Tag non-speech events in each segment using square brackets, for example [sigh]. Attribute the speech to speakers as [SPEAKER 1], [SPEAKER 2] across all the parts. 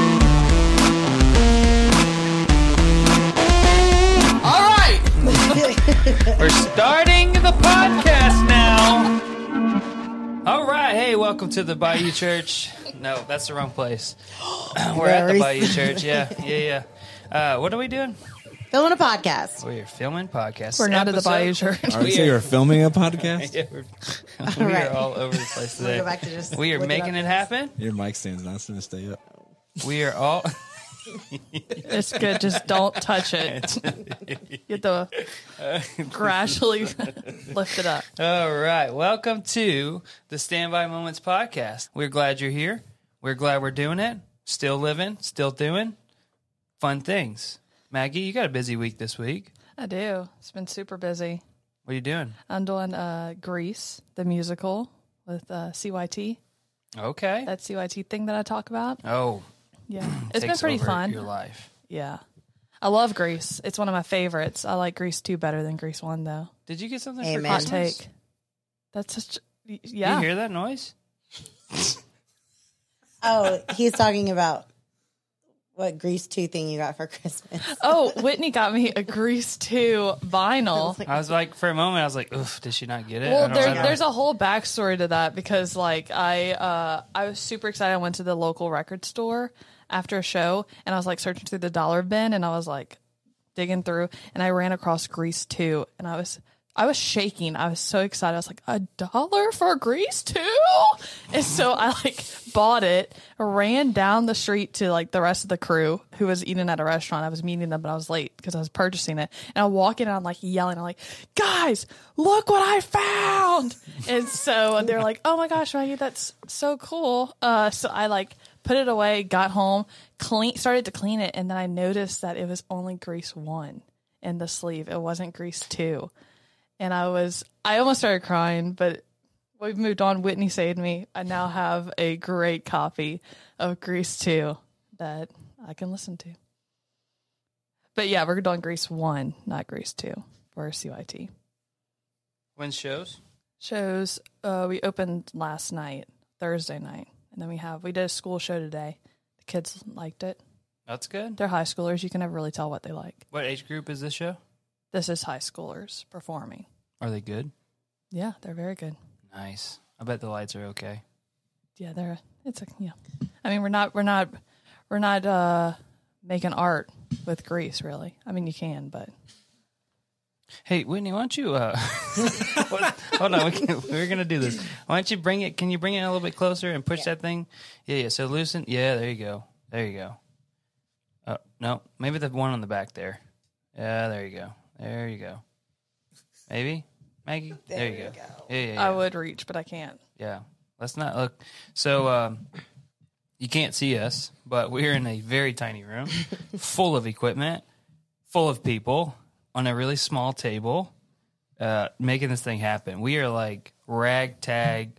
[SPEAKER 1] [laughs]
[SPEAKER 2] welcome to the Bayou Church. No, that's the wrong
[SPEAKER 1] [gasps]
[SPEAKER 2] place. We're at the
[SPEAKER 1] Very.
[SPEAKER 2] Bayou Church. Yeah, yeah, yeah. Uh, what are we doing?
[SPEAKER 1] Filming a podcast.
[SPEAKER 2] We're filming podcasts.
[SPEAKER 3] We're not at the Bayou Church.
[SPEAKER 4] All right, so you're
[SPEAKER 1] [laughs]
[SPEAKER 4] filming a podcast?
[SPEAKER 2] [laughs] Yeah, we're,
[SPEAKER 1] All
[SPEAKER 2] [laughs] we
[SPEAKER 1] right.
[SPEAKER 2] are all over the place
[SPEAKER 1] We'll
[SPEAKER 2] today.
[SPEAKER 1] go back to just
[SPEAKER 2] we are
[SPEAKER 1] look it
[SPEAKER 2] making
[SPEAKER 1] up.
[SPEAKER 2] it happen.
[SPEAKER 4] Your mic stand's not going to stay up.
[SPEAKER 2] We are all.
[SPEAKER 3] [laughs]
[SPEAKER 2] [laughs]
[SPEAKER 3] It's good. Just don't
[SPEAKER 2] [laughs]
[SPEAKER 3] touch it. Get the [laughs] gradually lift it up.
[SPEAKER 2] All right. Welcome to the Standby Moments podcast. We're glad you're here. We're glad we're doing it. Still living, still doing fun things. Maggie, you got a busy week this week.
[SPEAKER 3] I do. It's been super busy.
[SPEAKER 2] What are you doing?
[SPEAKER 3] I'm doing uh, Grease, the musical with uh, CYT.
[SPEAKER 2] Okay.
[SPEAKER 3] That CYT thing that I talk about.
[SPEAKER 2] Oh,
[SPEAKER 3] Yeah, it's been
[SPEAKER 2] takes
[SPEAKER 3] pretty
[SPEAKER 2] over
[SPEAKER 3] fun.
[SPEAKER 2] Your life.
[SPEAKER 3] Yeah, I love Grease. It's one of my favorites. I like Grease two better than Grease one though.
[SPEAKER 2] Did you get something
[SPEAKER 1] Amen.
[SPEAKER 2] for
[SPEAKER 3] Hot
[SPEAKER 2] Christmas?
[SPEAKER 3] take. That's such.
[SPEAKER 2] Did
[SPEAKER 3] Yeah.
[SPEAKER 2] you hear that noise?
[SPEAKER 1] Oh, he's talking about what grease two thing you got for [laughs] Christmas.
[SPEAKER 3] Oh, Whitney got me a Grease two
[SPEAKER 2] [laughs]
[SPEAKER 3] vinyl.
[SPEAKER 2] I was like, for a moment, I was like, oof, did she not get it? I
[SPEAKER 3] Well,
[SPEAKER 2] don't
[SPEAKER 3] there,
[SPEAKER 2] know.
[SPEAKER 3] there's a whole backstory to that because, like, I uh, I was super excited. I went to the local record store after a show, and I was like searching through the dollar bin, and I was like digging through, and I ran across Grease Two, and I was I was shaking. I was so excited. I was like, a dollar for Grease Two, and so I like bought it, ran down the street to like the rest of the crew who was eating at a restaurant. I was meeting them, but I was late because I was purchasing it, and I walk in and I'm like yelling. I'm like, guys, look what I found! and so they're like, oh my gosh, Maggie, that's so cool. Uh, so I like put it away, got home, clean, started to clean it, and then I noticed that it was only grease one in the sleeve. It wasn't grease two, and I was I almost started crying, but we've moved on. Whitney saved me. I now have a great copy of Grease two that I can listen to. But yeah, we're doing Grease one, not Grease two. We're CYT
[SPEAKER 2] When shows?
[SPEAKER 3] shows uh, we opened last night, Thursday night, and then we have we did a school show today. The kids liked it.
[SPEAKER 2] That's good.
[SPEAKER 3] They're high schoolers. You can never really tell what they like.
[SPEAKER 2] What age group is this show?
[SPEAKER 3] This is high schoolers performing.
[SPEAKER 2] Are they good?
[SPEAKER 3] Yeah, they're very good.
[SPEAKER 2] Nice. I bet the lights are okay.
[SPEAKER 3] Yeah, they're it's a yeah. I mean, we're not we're not we're not uh making art with grease really. I mean, you can, but
[SPEAKER 2] Hey, Whitney, why don't you? Uh, [laughs] what- hold on, we can, we're gonna do this. Why don't you bring it? Can you bring it a little bit closer and push that thing? Yeah, yeah. So loosen. Yeah, there you go. There you go. Oh no, maybe the one on the back there. Yeah, there you go. There you go. Maybe Maggie. There, you go. Yeah, yeah, yeah.
[SPEAKER 3] I would reach, but I can't.
[SPEAKER 2] yeah. Let's not look. So um, you can't see us, but we're in a very tiny
[SPEAKER 1] [laughs]
[SPEAKER 2] room, full of equipment, full of people, on a really small table, uh, making this thing happen. We are like ragtag,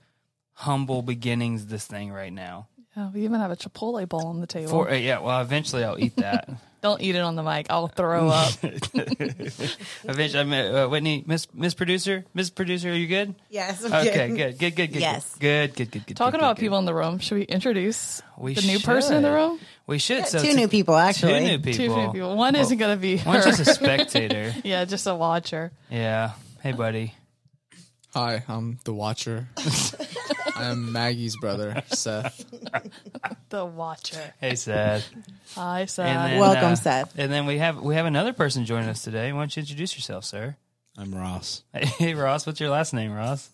[SPEAKER 2] humble beginnings. This thing right now.
[SPEAKER 3] Yeah, we even have a Chipotle bowl on the table.
[SPEAKER 2] For uh, yeah, well, eventually I'll eat
[SPEAKER 1] [laughs]
[SPEAKER 2] that.
[SPEAKER 3] Don't eat it on the mic.
[SPEAKER 2] [laughs]
[SPEAKER 3] I'll throw up.
[SPEAKER 2] eventually, I mean, uh, Whitney, Miss Miss Producer, Miss Producer, are you good?
[SPEAKER 1] Yes.
[SPEAKER 2] Okay, good, good, good, good.
[SPEAKER 1] Yes.
[SPEAKER 2] good, good, good, good.
[SPEAKER 3] Talking
[SPEAKER 2] good,
[SPEAKER 3] about
[SPEAKER 2] good,
[SPEAKER 3] people in the room, should we introduce
[SPEAKER 2] We
[SPEAKER 3] the new person in the
[SPEAKER 2] should.
[SPEAKER 3] room?
[SPEAKER 2] We should. so
[SPEAKER 1] Two
[SPEAKER 2] it's-
[SPEAKER 1] new people actually.
[SPEAKER 2] Two new people.
[SPEAKER 3] Two new people. One isn't going to be her. [laughs]
[SPEAKER 2] One's just a spectator.
[SPEAKER 3] yeah, just a watcher.
[SPEAKER 2] yeah. Hey, buddy.
[SPEAKER 5] Hi, I'm the Watcher. I'm Maggie's brother, Seth.
[SPEAKER 3] The watcher.
[SPEAKER 2] Hey, Seth.
[SPEAKER 3] Hi, Seth.
[SPEAKER 2] And uh, then,
[SPEAKER 1] Welcome, Seth.
[SPEAKER 2] And then we have we have another person joining us today. Why don't you introduce yourself, sir? [laughs]
[SPEAKER 4] I'm Ross.
[SPEAKER 2] Hey, Ross. What's your last name, Ross?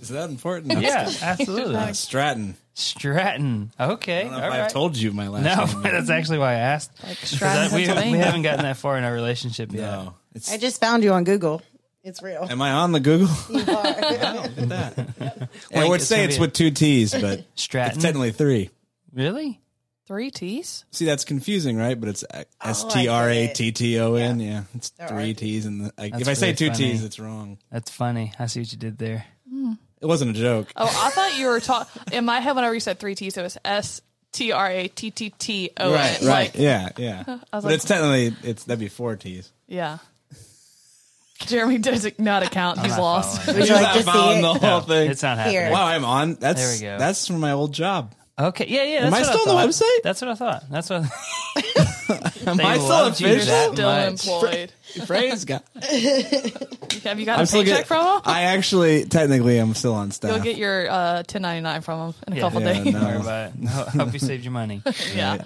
[SPEAKER 4] Is that important?
[SPEAKER 2] Yeah, absolutely.
[SPEAKER 4] Uh, Stratton.
[SPEAKER 2] Stratton. Okay. All
[SPEAKER 4] I don't know if I've
[SPEAKER 2] right.
[SPEAKER 4] told you my last
[SPEAKER 2] no,
[SPEAKER 1] [laughs]
[SPEAKER 4] name. but-
[SPEAKER 2] [laughs] that's actually why I asked. 'Cause
[SPEAKER 3] Stratton,
[SPEAKER 2] that- we, we
[SPEAKER 3] Pennsylvania.
[SPEAKER 2] haven't gotten that far in our relationship yet.
[SPEAKER 4] No. It's,
[SPEAKER 1] I just found you on Google. It's real.
[SPEAKER 4] am I on the Google?
[SPEAKER 1] [laughs]
[SPEAKER 4] [laughs]
[SPEAKER 1] You are.
[SPEAKER 4] I would
[SPEAKER 2] it's
[SPEAKER 4] say
[SPEAKER 2] gonna be
[SPEAKER 4] it's
[SPEAKER 2] a-
[SPEAKER 4] with two
[SPEAKER 1] [laughs]
[SPEAKER 4] T's, but it's
[SPEAKER 2] Stratton.
[SPEAKER 4] technically three.
[SPEAKER 2] really?
[SPEAKER 3] Three T's?
[SPEAKER 4] See, that's confusing, right? But
[SPEAKER 1] Oh,
[SPEAKER 4] it's uh, S T R A T T O N. Yeah, it's
[SPEAKER 1] There are
[SPEAKER 4] three
[SPEAKER 1] two.
[SPEAKER 4] T's. And the, I, if
[SPEAKER 2] That's
[SPEAKER 4] I say
[SPEAKER 2] really
[SPEAKER 4] two
[SPEAKER 2] funny.
[SPEAKER 4] T's, it's wrong.
[SPEAKER 2] That's funny. I see what you did there.
[SPEAKER 4] It wasn't a joke.
[SPEAKER 3] Oh, I thought you were talking. In my head, whenever you said three T's, it was S T R A T T T O N.
[SPEAKER 4] right, right. yeah,
[SPEAKER 1] [laughs]
[SPEAKER 4] yeah. But
[SPEAKER 3] like-
[SPEAKER 4] it's technically, it's that'd be four T's.
[SPEAKER 3] Yeah. Jeremy does not account. He's
[SPEAKER 2] not
[SPEAKER 3] lost.
[SPEAKER 4] [laughs]
[SPEAKER 2] following.
[SPEAKER 1] Would you like to
[SPEAKER 4] Not following
[SPEAKER 1] see
[SPEAKER 4] the
[SPEAKER 1] it?
[SPEAKER 4] whole thing.
[SPEAKER 2] It's not
[SPEAKER 1] Here.
[SPEAKER 2] happening.
[SPEAKER 4] Wow, I'm on. That's
[SPEAKER 2] There we go.
[SPEAKER 4] That's from my old job.
[SPEAKER 2] Okay. Yeah, yeah.
[SPEAKER 4] Am
[SPEAKER 2] That's
[SPEAKER 4] I
[SPEAKER 2] what
[SPEAKER 4] still on the
[SPEAKER 2] thought.
[SPEAKER 4] website?
[SPEAKER 2] That's what [laughs] I thought. That's what.
[SPEAKER 4] [laughs]
[SPEAKER 2] Am I
[SPEAKER 4] still official?
[SPEAKER 3] Still employed.
[SPEAKER 4] Praise God.
[SPEAKER 3] Have you got
[SPEAKER 4] [laughs] I'm
[SPEAKER 3] a
[SPEAKER 4] still
[SPEAKER 3] paycheck
[SPEAKER 4] get,
[SPEAKER 3] from him?
[SPEAKER 4] I actually, technically, I'm still on staff.
[SPEAKER 3] You'll get your uh, 1099 from him in a
[SPEAKER 2] Yeah.
[SPEAKER 3] couple
[SPEAKER 4] Yeah,
[SPEAKER 2] [laughs]
[SPEAKER 3] days.
[SPEAKER 4] no.
[SPEAKER 2] Don't worry about it. No, I hope you saved your money.
[SPEAKER 3] [laughs] yeah.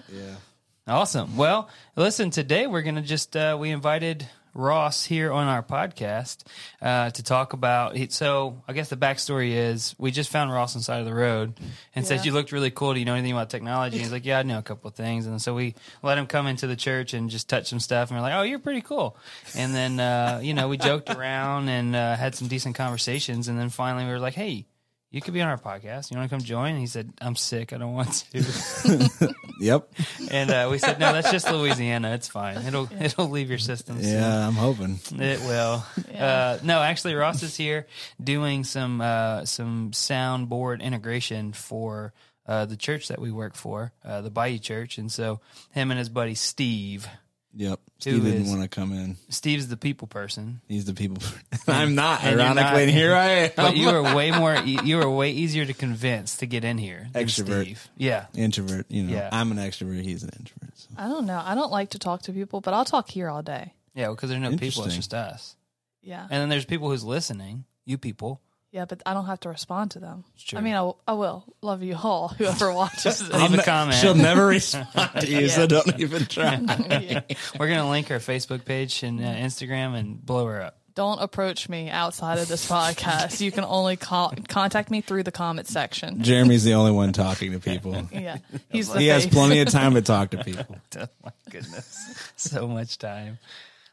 [SPEAKER 2] Awesome. Well, listen, today we're going to just, uh, we invited Ross here on our podcast uh, to talk about. He, so I guess the backstory is we just found Ross on the side of the road and said,
[SPEAKER 3] Yeah.
[SPEAKER 2] You looked really cool. Do you know anything about technology? And he's like, Yeah, I know a couple of things. And so we let him come into the church and just touch some stuff. And we're like, Oh, you're pretty cool. And then, uh, you know, we joked around and uh, had some decent conversations. And then finally we were like, Hey, you could be on our podcast. You want to come join? And he said, I'm sick. I don't want to.
[SPEAKER 4] Yep.
[SPEAKER 2] And uh, we said, no, that's just Louisiana. It's fine. It'll it'll leave your system. soon."
[SPEAKER 4] Yeah, I'm hoping.
[SPEAKER 2] it will. Uh, no, actually, Ross is here doing some uh, some soundboard integration for uh, the church that we work for, uh, the Bayou Church, and so him and his buddy Steve.
[SPEAKER 4] Yep. Steve didn't
[SPEAKER 2] is-
[SPEAKER 4] want to come in.
[SPEAKER 2] Steve's the people person,
[SPEAKER 4] He's the people. I'm not,
[SPEAKER 2] And you're
[SPEAKER 4] ironically,
[SPEAKER 2] not.
[SPEAKER 4] and here I am.
[SPEAKER 2] but you were way more e- you were way easier to convince to get in here. Than
[SPEAKER 4] Extrovert.
[SPEAKER 2] Steve. Yeah.
[SPEAKER 4] introvert, you know.
[SPEAKER 2] Yeah.
[SPEAKER 4] I'm an extrovert. He's an introvert. So.
[SPEAKER 3] I don't know. I don't like to talk to people, but I'll talk here all day.
[SPEAKER 2] Yeah, because there's no people, it's
[SPEAKER 4] Interesting.
[SPEAKER 2] just us.
[SPEAKER 3] Yeah.
[SPEAKER 2] And then there's people who's listening, you people.
[SPEAKER 3] yeah, but I don't have to respond to them.
[SPEAKER 2] true.
[SPEAKER 3] I mean, I, w- I will. Love you all, [laughs] whoever watches this.
[SPEAKER 2] Leave a comment.
[SPEAKER 4] She'll never respond to you, so
[SPEAKER 3] Yeah.
[SPEAKER 4] don't even try.
[SPEAKER 2] [laughs]
[SPEAKER 3] Yeah.
[SPEAKER 2] We're gonna link her Facebook page and uh, Instagram and blow her up. [laughs]
[SPEAKER 3] Don't approach me outside of this podcast. You can only call, contact me through the comment section.
[SPEAKER 4] Jeremy's the only one talking
[SPEAKER 2] [laughs]
[SPEAKER 4] to people.
[SPEAKER 3] Yeah. He's the
[SPEAKER 4] He has
[SPEAKER 3] face.
[SPEAKER 4] plenty of time to talk to people.
[SPEAKER 2] Oh my goodness, so much time.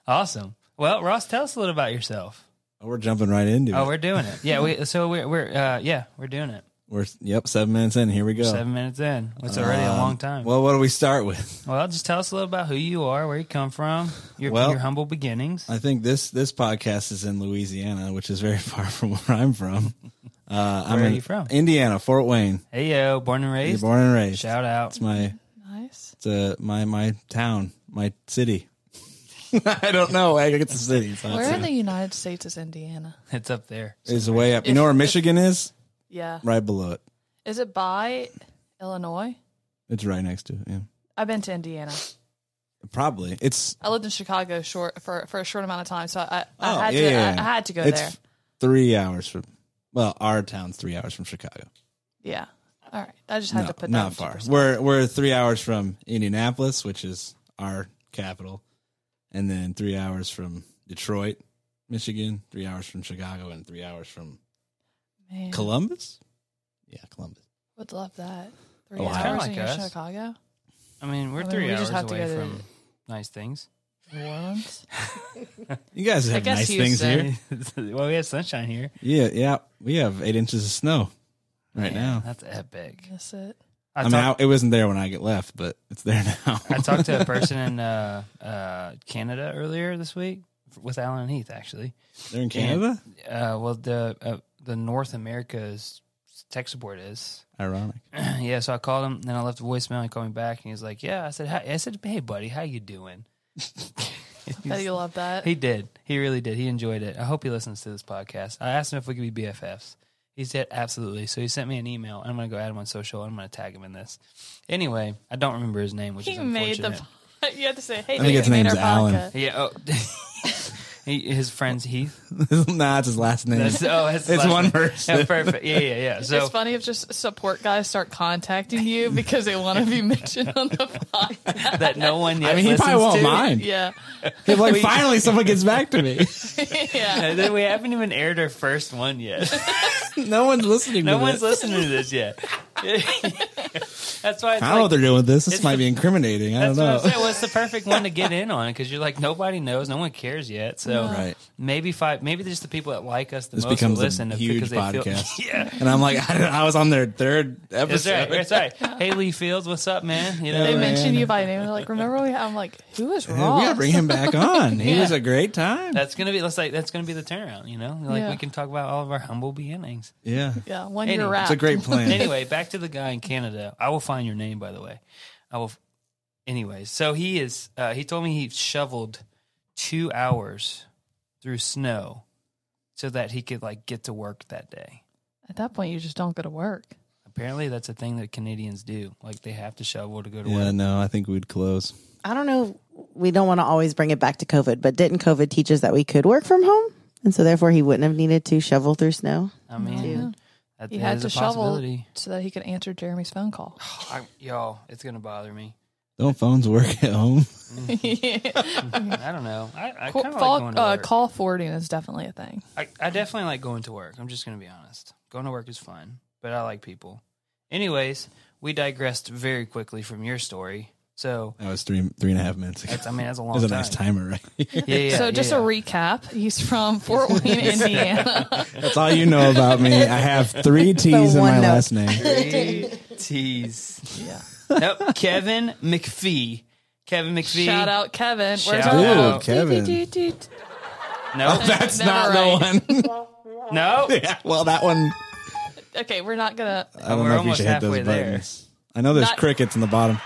[SPEAKER 2] Awesome. Well, Ross, tell us a little about yourself.
[SPEAKER 4] Oh, we're jumping right into
[SPEAKER 2] Oh,
[SPEAKER 4] it.
[SPEAKER 2] we're doing it. Yeah, we. So we're we're uh, yeah, we're doing it.
[SPEAKER 4] We're yep, seven minutes in. Here we go.
[SPEAKER 2] Seven minutes in. It's already a long time. Well,
[SPEAKER 4] Um, Well, what do we start with? [laughs]
[SPEAKER 2] just tell us a little about who you are, where you come from, your
[SPEAKER 4] Well-
[SPEAKER 2] your humble beginnings.
[SPEAKER 4] I think this this podcast is in Louisiana, which is very [laughs] far from where I'm from. Uh, I'm
[SPEAKER 2] Where are
[SPEAKER 4] in
[SPEAKER 2] you from?
[SPEAKER 4] Indiana, Fort Wayne.
[SPEAKER 2] Hey yo, born and
[SPEAKER 4] You're
[SPEAKER 2] raised.
[SPEAKER 4] born and raised.
[SPEAKER 2] Shout out.
[SPEAKER 4] It's my
[SPEAKER 3] Nice.
[SPEAKER 4] it's uh, my my town, my city. [laughs] I don't know. I guess it's a city. It's not a
[SPEAKER 3] Where in
[SPEAKER 4] city.
[SPEAKER 3] the United States is Indiana?
[SPEAKER 2] It's up there.
[SPEAKER 4] It's way up. You know where Michigan is?
[SPEAKER 3] Yeah.
[SPEAKER 4] Right below it.
[SPEAKER 3] Is it by Illinois?
[SPEAKER 4] It's right next to it. Yeah,
[SPEAKER 3] I've been to Indiana.
[SPEAKER 4] probably. It's
[SPEAKER 3] I lived in Chicago short for, for a short amount of time, so I, I
[SPEAKER 4] Oh,
[SPEAKER 3] had
[SPEAKER 4] yeah,
[SPEAKER 3] to
[SPEAKER 4] yeah,
[SPEAKER 3] I,
[SPEAKER 4] yeah.
[SPEAKER 3] I had to go
[SPEAKER 4] it's
[SPEAKER 3] there.
[SPEAKER 4] three hours from. Well, our town's three hours from Chicago.
[SPEAKER 3] Yeah. All right. I just had
[SPEAKER 4] no,
[SPEAKER 3] to put that
[SPEAKER 4] not
[SPEAKER 3] into
[SPEAKER 4] far.
[SPEAKER 3] perspective.
[SPEAKER 4] We're we're three hours from Indianapolis, which is our capital, and then three hours from Detroit, Michigan. Three hours from Chicago, and three hours from
[SPEAKER 3] Man,
[SPEAKER 4] Columbus. Yeah, Columbus.
[SPEAKER 3] would love that. Three
[SPEAKER 4] Ohio.
[SPEAKER 3] hours
[SPEAKER 2] Kinda
[SPEAKER 3] in
[SPEAKER 2] like us.
[SPEAKER 3] Chicago,
[SPEAKER 2] I mean, we're
[SPEAKER 3] I mean,
[SPEAKER 2] three
[SPEAKER 3] we
[SPEAKER 2] hours
[SPEAKER 3] just have to
[SPEAKER 2] away
[SPEAKER 3] go to-
[SPEAKER 2] from nice things. [laughs]
[SPEAKER 3] New Orleans.
[SPEAKER 4] You guys have
[SPEAKER 3] guess
[SPEAKER 4] nice
[SPEAKER 3] Houston.
[SPEAKER 4] things here.
[SPEAKER 2] well, we have sunshine here.
[SPEAKER 4] Yeah, yeah. We have eight inches of snow right now.
[SPEAKER 2] That's epic.
[SPEAKER 3] That's it.
[SPEAKER 2] I
[SPEAKER 4] I mean,
[SPEAKER 2] talked-
[SPEAKER 4] I, it wasn't there when I get left, but it's there [laughs] now.
[SPEAKER 2] I talked to a person in uh, uh, Canada earlier this week with Alan and Heath actually.
[SPEAKER 4] They're in Canada.
[SPEAKER 2] Uh, well, the uh, the North America's tech support is [clears throat]
[SPEAKER 4] Ironic. [laughs]
[SPEAKER 2] yeah. So I called him and I left a voicemail. He called me back and he's like, "Yeah." I said, "Hi." I said, "Hey, buddy, how you doing?"
[SPEAKER 3] Bet you love that.
[SPEAKER 2] He did. He really did. He enjoyed it. I hope he listens to this podcast. I asked him if we could be BFFs. He said absolutely. So he sent me an email. I'm going to go add him on social. I'm going to tag him in this. Anyway, I don't remember his name, which
[SPEAKER 3] He
[SPEAKER 2] is
[SPEAKER 3] made the.
[SPEAKER 2] unfortunate.
[SPEAKER 3] po- [laughs] You had to say, "Hey,
[SPEAKER 4] think
[SPEAKER 3] dude,
[SPEAKER 4] his
[SPEAKER 3] we made
[SPEAKER 4] name's
[SPEAKER 3] our
[SPEAKER 4] Alan.
[SPEAKER 3] vodka."
[SPEAKER 2] Yeah. Oh. [laughs] he, his friend's Heath.
[SPEAKER 4] nah, it's his last name. [laughs]
[SPEAKER 2] That's, oh, his
[SPEAKER 4] It's
[SPEAKER 2] last
[SPEAKER 4] one
[SPEAKER 2] name. [laughs]
[SPEAKER 4] person.
[SPEAKER 2] Yeah, perfect. Yeah, yeah, yeah. So
[SPEAKER 3] It's funny if just support guys start contacting
[SPEAKER 2] [laughs]
[SPEAKER 3] you because they want to be mentioned on the podcast.
[SPEAKER 2] that no one yet
[SPEAKER 4] I mean, he probably
[SPEAKER 2] listens
[SPEAKER 4] won't
[SPEAKER 2] to. [laughs]
[SPEAKER 4] mind.
[SPEAKER 3] Yeah,
[SPEAKER 4] He's like, finally, someone gets back to me. [laughs]
[SPEAKER 3] yeah.
[SPEAKER 2] And then we haven't even aired our first one yet.
[SPEAKER 4] [laughs] No one's listening.
[SPEAKER 2] No
[SPEAKER 4] to
[SPEAKER 2] one's
[SPEAKER 4] this.
[SPEAKER 2] listening to this yet. [laughs] That's why it's
[SPEAKER 4] I don't know
[SPEAKER 2] like,
[SPEAKER 4] what they're doing with this. This
[SPEAKER 2] It's
[SPEAKER 4] might
[SPEAKER 2] the-
[SPEAKER 4] be incriminating. I don't
[SPEAKER 2] that's what I'm
[SPEAKER 4] know.
[SPEAKER 2] saying. Well, it's the perfect one to get in on because you're like nobody knows, no one cares yet. So
[SPEAKER 4] Right.
[SPEAKER 2] maybe five, maybe just the people that like us the
[SPEAKER 4] This
[SPEAKER 2] most will
[SPEAKER 4] becomes a
[SPEAKER 2] listen to-
[SPEAKER 4] huge
[SPEAKER 2] because they
[SPEAKER 4] podcast.
[SPEAKER 2] Feel, [laughs]
[SPEAKER 4] [laughs]
[SPEAKER 2] yeah,
[SPEAKER 4] And I'm like, I, don't know, I was on their third
[SPEAKER 2] that's
[SPEAKER 4] episode.
[SPEAKER 2] right. That's right. Hey, Lee Fields, what's up, man? You know,
[SPEAKER 3] They
[SPEAKER 4] man.
[SPEAKER 3] mention you by name. They're like, "Remember we?" I'm like, "Who is
[SPEAKER 4] [laughs] Yeah, we
[SPEAKER 3] wrong?"
[SPEAKER 4] gotta bring him back on. He was a great time.
[SPEAKER 2] that's gonna be that's like that's gonna be the turnaround. You know, like
[SPEAKER 3] Yeah.
[SPEAKER 2] we can talk about all of our humble beginnings.
[SPEAKER 4] yeah,
[SPEAKER 3] yeah, one
[SPEAKER 2] Anyway,
[SPEAKER 3] year wrap.
[SPEAKER 4] it's a great [laughs] plan.
[SPEAKER 2] anyway, back to the guy in Canada. I will find your name, by the way. I will. Anyways, so he is. Uh, he told me he shoveled two hours through snow so that he could like get to work that day.
[SPEAKER 3] At that point, you just don't go to work.
[SPEAKER 2] Apparently, that's a thing that Canadians do. Like they have to shovel to go to
[SPEAKER 4] Yeah,
[SPEAKER 2] work.
[SPEAKER 4] no, I think we'd close.
[SPEAKER 1] I don't know. We don't want to always bring it back to COVID, but didn't COVID teach us that we could work from home? And so therefore he wouldn't have needed to shovel through snow.
[SPEAKER 2] I mean, that,
[SPEAKER 3] He
[SPEAKER 2] that
[SPEAKER 3] had
[SPEAKER 2] is
[SPEAKER 3] to
[SPEAKER 2] a
[SPEAKER 3] shovel
[SPEAKER 2] possibility.
[SPEAKER 3] so that he could answer Jeremy's phone call.
[SPEAKER 2] I, y'all, it's gonna bother me.
[SPEAKER 4] Don't phones work at home?
[SPEAKER 2] I don't know. I, I
[SPEAKER 3] Call,
[SPEAKER 2] kind of like going to
[SPEAKER 3] uh,
[SPEAKER 2] work.
[SPEAKER 3] call forwarding is definitely a thing.
[SPEAKER 2] I, I definitely like going to work. I'm just gonna be honest. Going to work is fun, but I like people. Anyways, we digressed very quickly from your story. So
[SPEAKER 4] That was three three and a half minutes ago.
[SPEAKER 2] that's I mean that's a long
[SPEAKER 4] There's a
[SPEAKER 2] time.
[SPEAKER 4] nice timer, right?
[SPEAKER 2] [laughs]
[SPEAKER 4] here.
[SPEAKER 2] Yeah, yeah,
[SPEAKER 3] so just
[SPEAKER 2] yeah.
[SPEAKER 3] a recap, he's
[SPEAKER 2] [laughs]
[SPEAKER 3] from Fort Wayne, Indiana.
[SPEAKER 4] That's all you know about me. I have three T's in
[SPEAKER 1] one
[SPEAKER 4] my
[SPEAKER 1] note.
[SPEAKER 2] [laughs]
[SPEAKER 4] last name.
[SPEAKER 2] Three T's. [laughs] Yeah. Nope. Kevin McPhee. Kevin McPhee.
[SPEAKER 3] Shout out Kevin.
[SPEAKER 2] Shout
[SPEAKER 3] our-
[SPEAKER 2] out.
[SPEAKER 4] Dude, Kevin.
[SPEAKER 2] No.
[SPEAKER 3] [laughs]
[SPEAKER 4] That's
[SPEAKER 3] Never
[SPEAKER 4] not
[SPEAKER 3] right.
[SPEAKER 4] the one. [laughs]
[SPEAKER 2] no.
[SPEAKER 4] yeah, well, that one.
[SPEAKER 3] Okay, we're not gonna.
[SPEAKER 4] I don't
[SPEAKER 2] We're
[SPEAKER 4] know if you
[SPEAKER 2] almost
[SPEAKER 4] should hit those
[SPEAKER 2] halfway there.
[SPEAKER 4] buttons. I know there's
[SPEAKER 3] Not-
[SPEAKER 4] crickets in the bottom.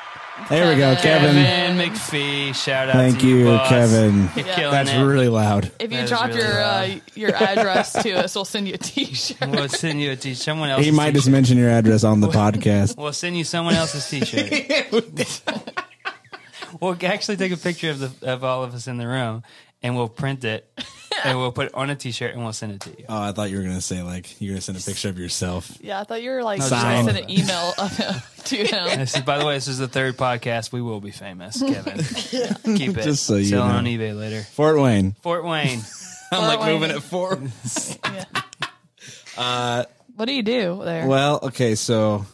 [SPEAKER 4] There we go,
[SPEAKER 3] Kevin.
[SPEAKER 4] Kevin.
[SPEAKER 2] Kevin McPhee. Shout out
[SPEAKER 4] Thank
[SPEAKER 2] to you,
[SPEAKER 4] you,
[SPEAKER 2] boss. [laughs]
[SPEAKER 4] Kevin.
[SPEAKER 2] You're
[SPEAKER 3] Yeah.
[SPEAKER 2] killing
[SPEAKER 4] That's
[SPEAKER 2] it.
[SPEAKER 4] really loud.
[SPEAKER 3] If
[SPEAKER 2] That
[SPEAKER 3] you
[SPEAKER 2] is
[SPEAKER 3] drop
[SPEAKER 2] really
[SPEAKER 3] your
[SPEAKER 2] loud.
[SPEAKER 3] uh, your address
[SPEAKER 2] [laughs]
[SPEAKER 3] to us, we'll send you a T-shirt.
[SPEAKER 2] We'll send you a t-shirt. Someone else.
[SPEAKER 4] He might just mention your address on
[SPEAKER 2] [laughs]
[SPEAKER 4] the podcast.
[SPEAKER 2] We'll send you someone else's t-shirt.
[SPEAKER 4] [laughs]
[SPEAKER 2] [laughs] we'll actually take a picture of the of all of us in the room, and we'll print it, and we'll put it on a t-shirt, and we'll send it to you.
[SPEAKER 4] Oh, I thought you were gonna say like you're gonna send a picture of yourself.
[SPEAKER 3] Yeah, I thought you were like just
[SPEAKER 4] Sign.
[SPEAKER 3] gonna send an email [laughs] of him to him.
[SPEAKER 2] This is, by the way, this is the third podcast. We will be famous,
[SPEAKER 4] [laughs]
[SPEAKER 2] Kevin. Keep it.
[SPEAKER 4] Just so you
[SPEAKER 2] Sell it
[SPEAKER 4] know.
[SPEAKER 2] on eBay later.
[SPEAKER 4] Fort Wayne.
[SPEAKER 2] Fort Wayne.
[SPEAKER 4] I'm
[SPEAKER 3] like, Wayne. moving
[SPEAKER 4] at four.
[SPEAKER 3] Yeah. what do you do there?
[SPEAKER 4] [laughs] Well, okay, so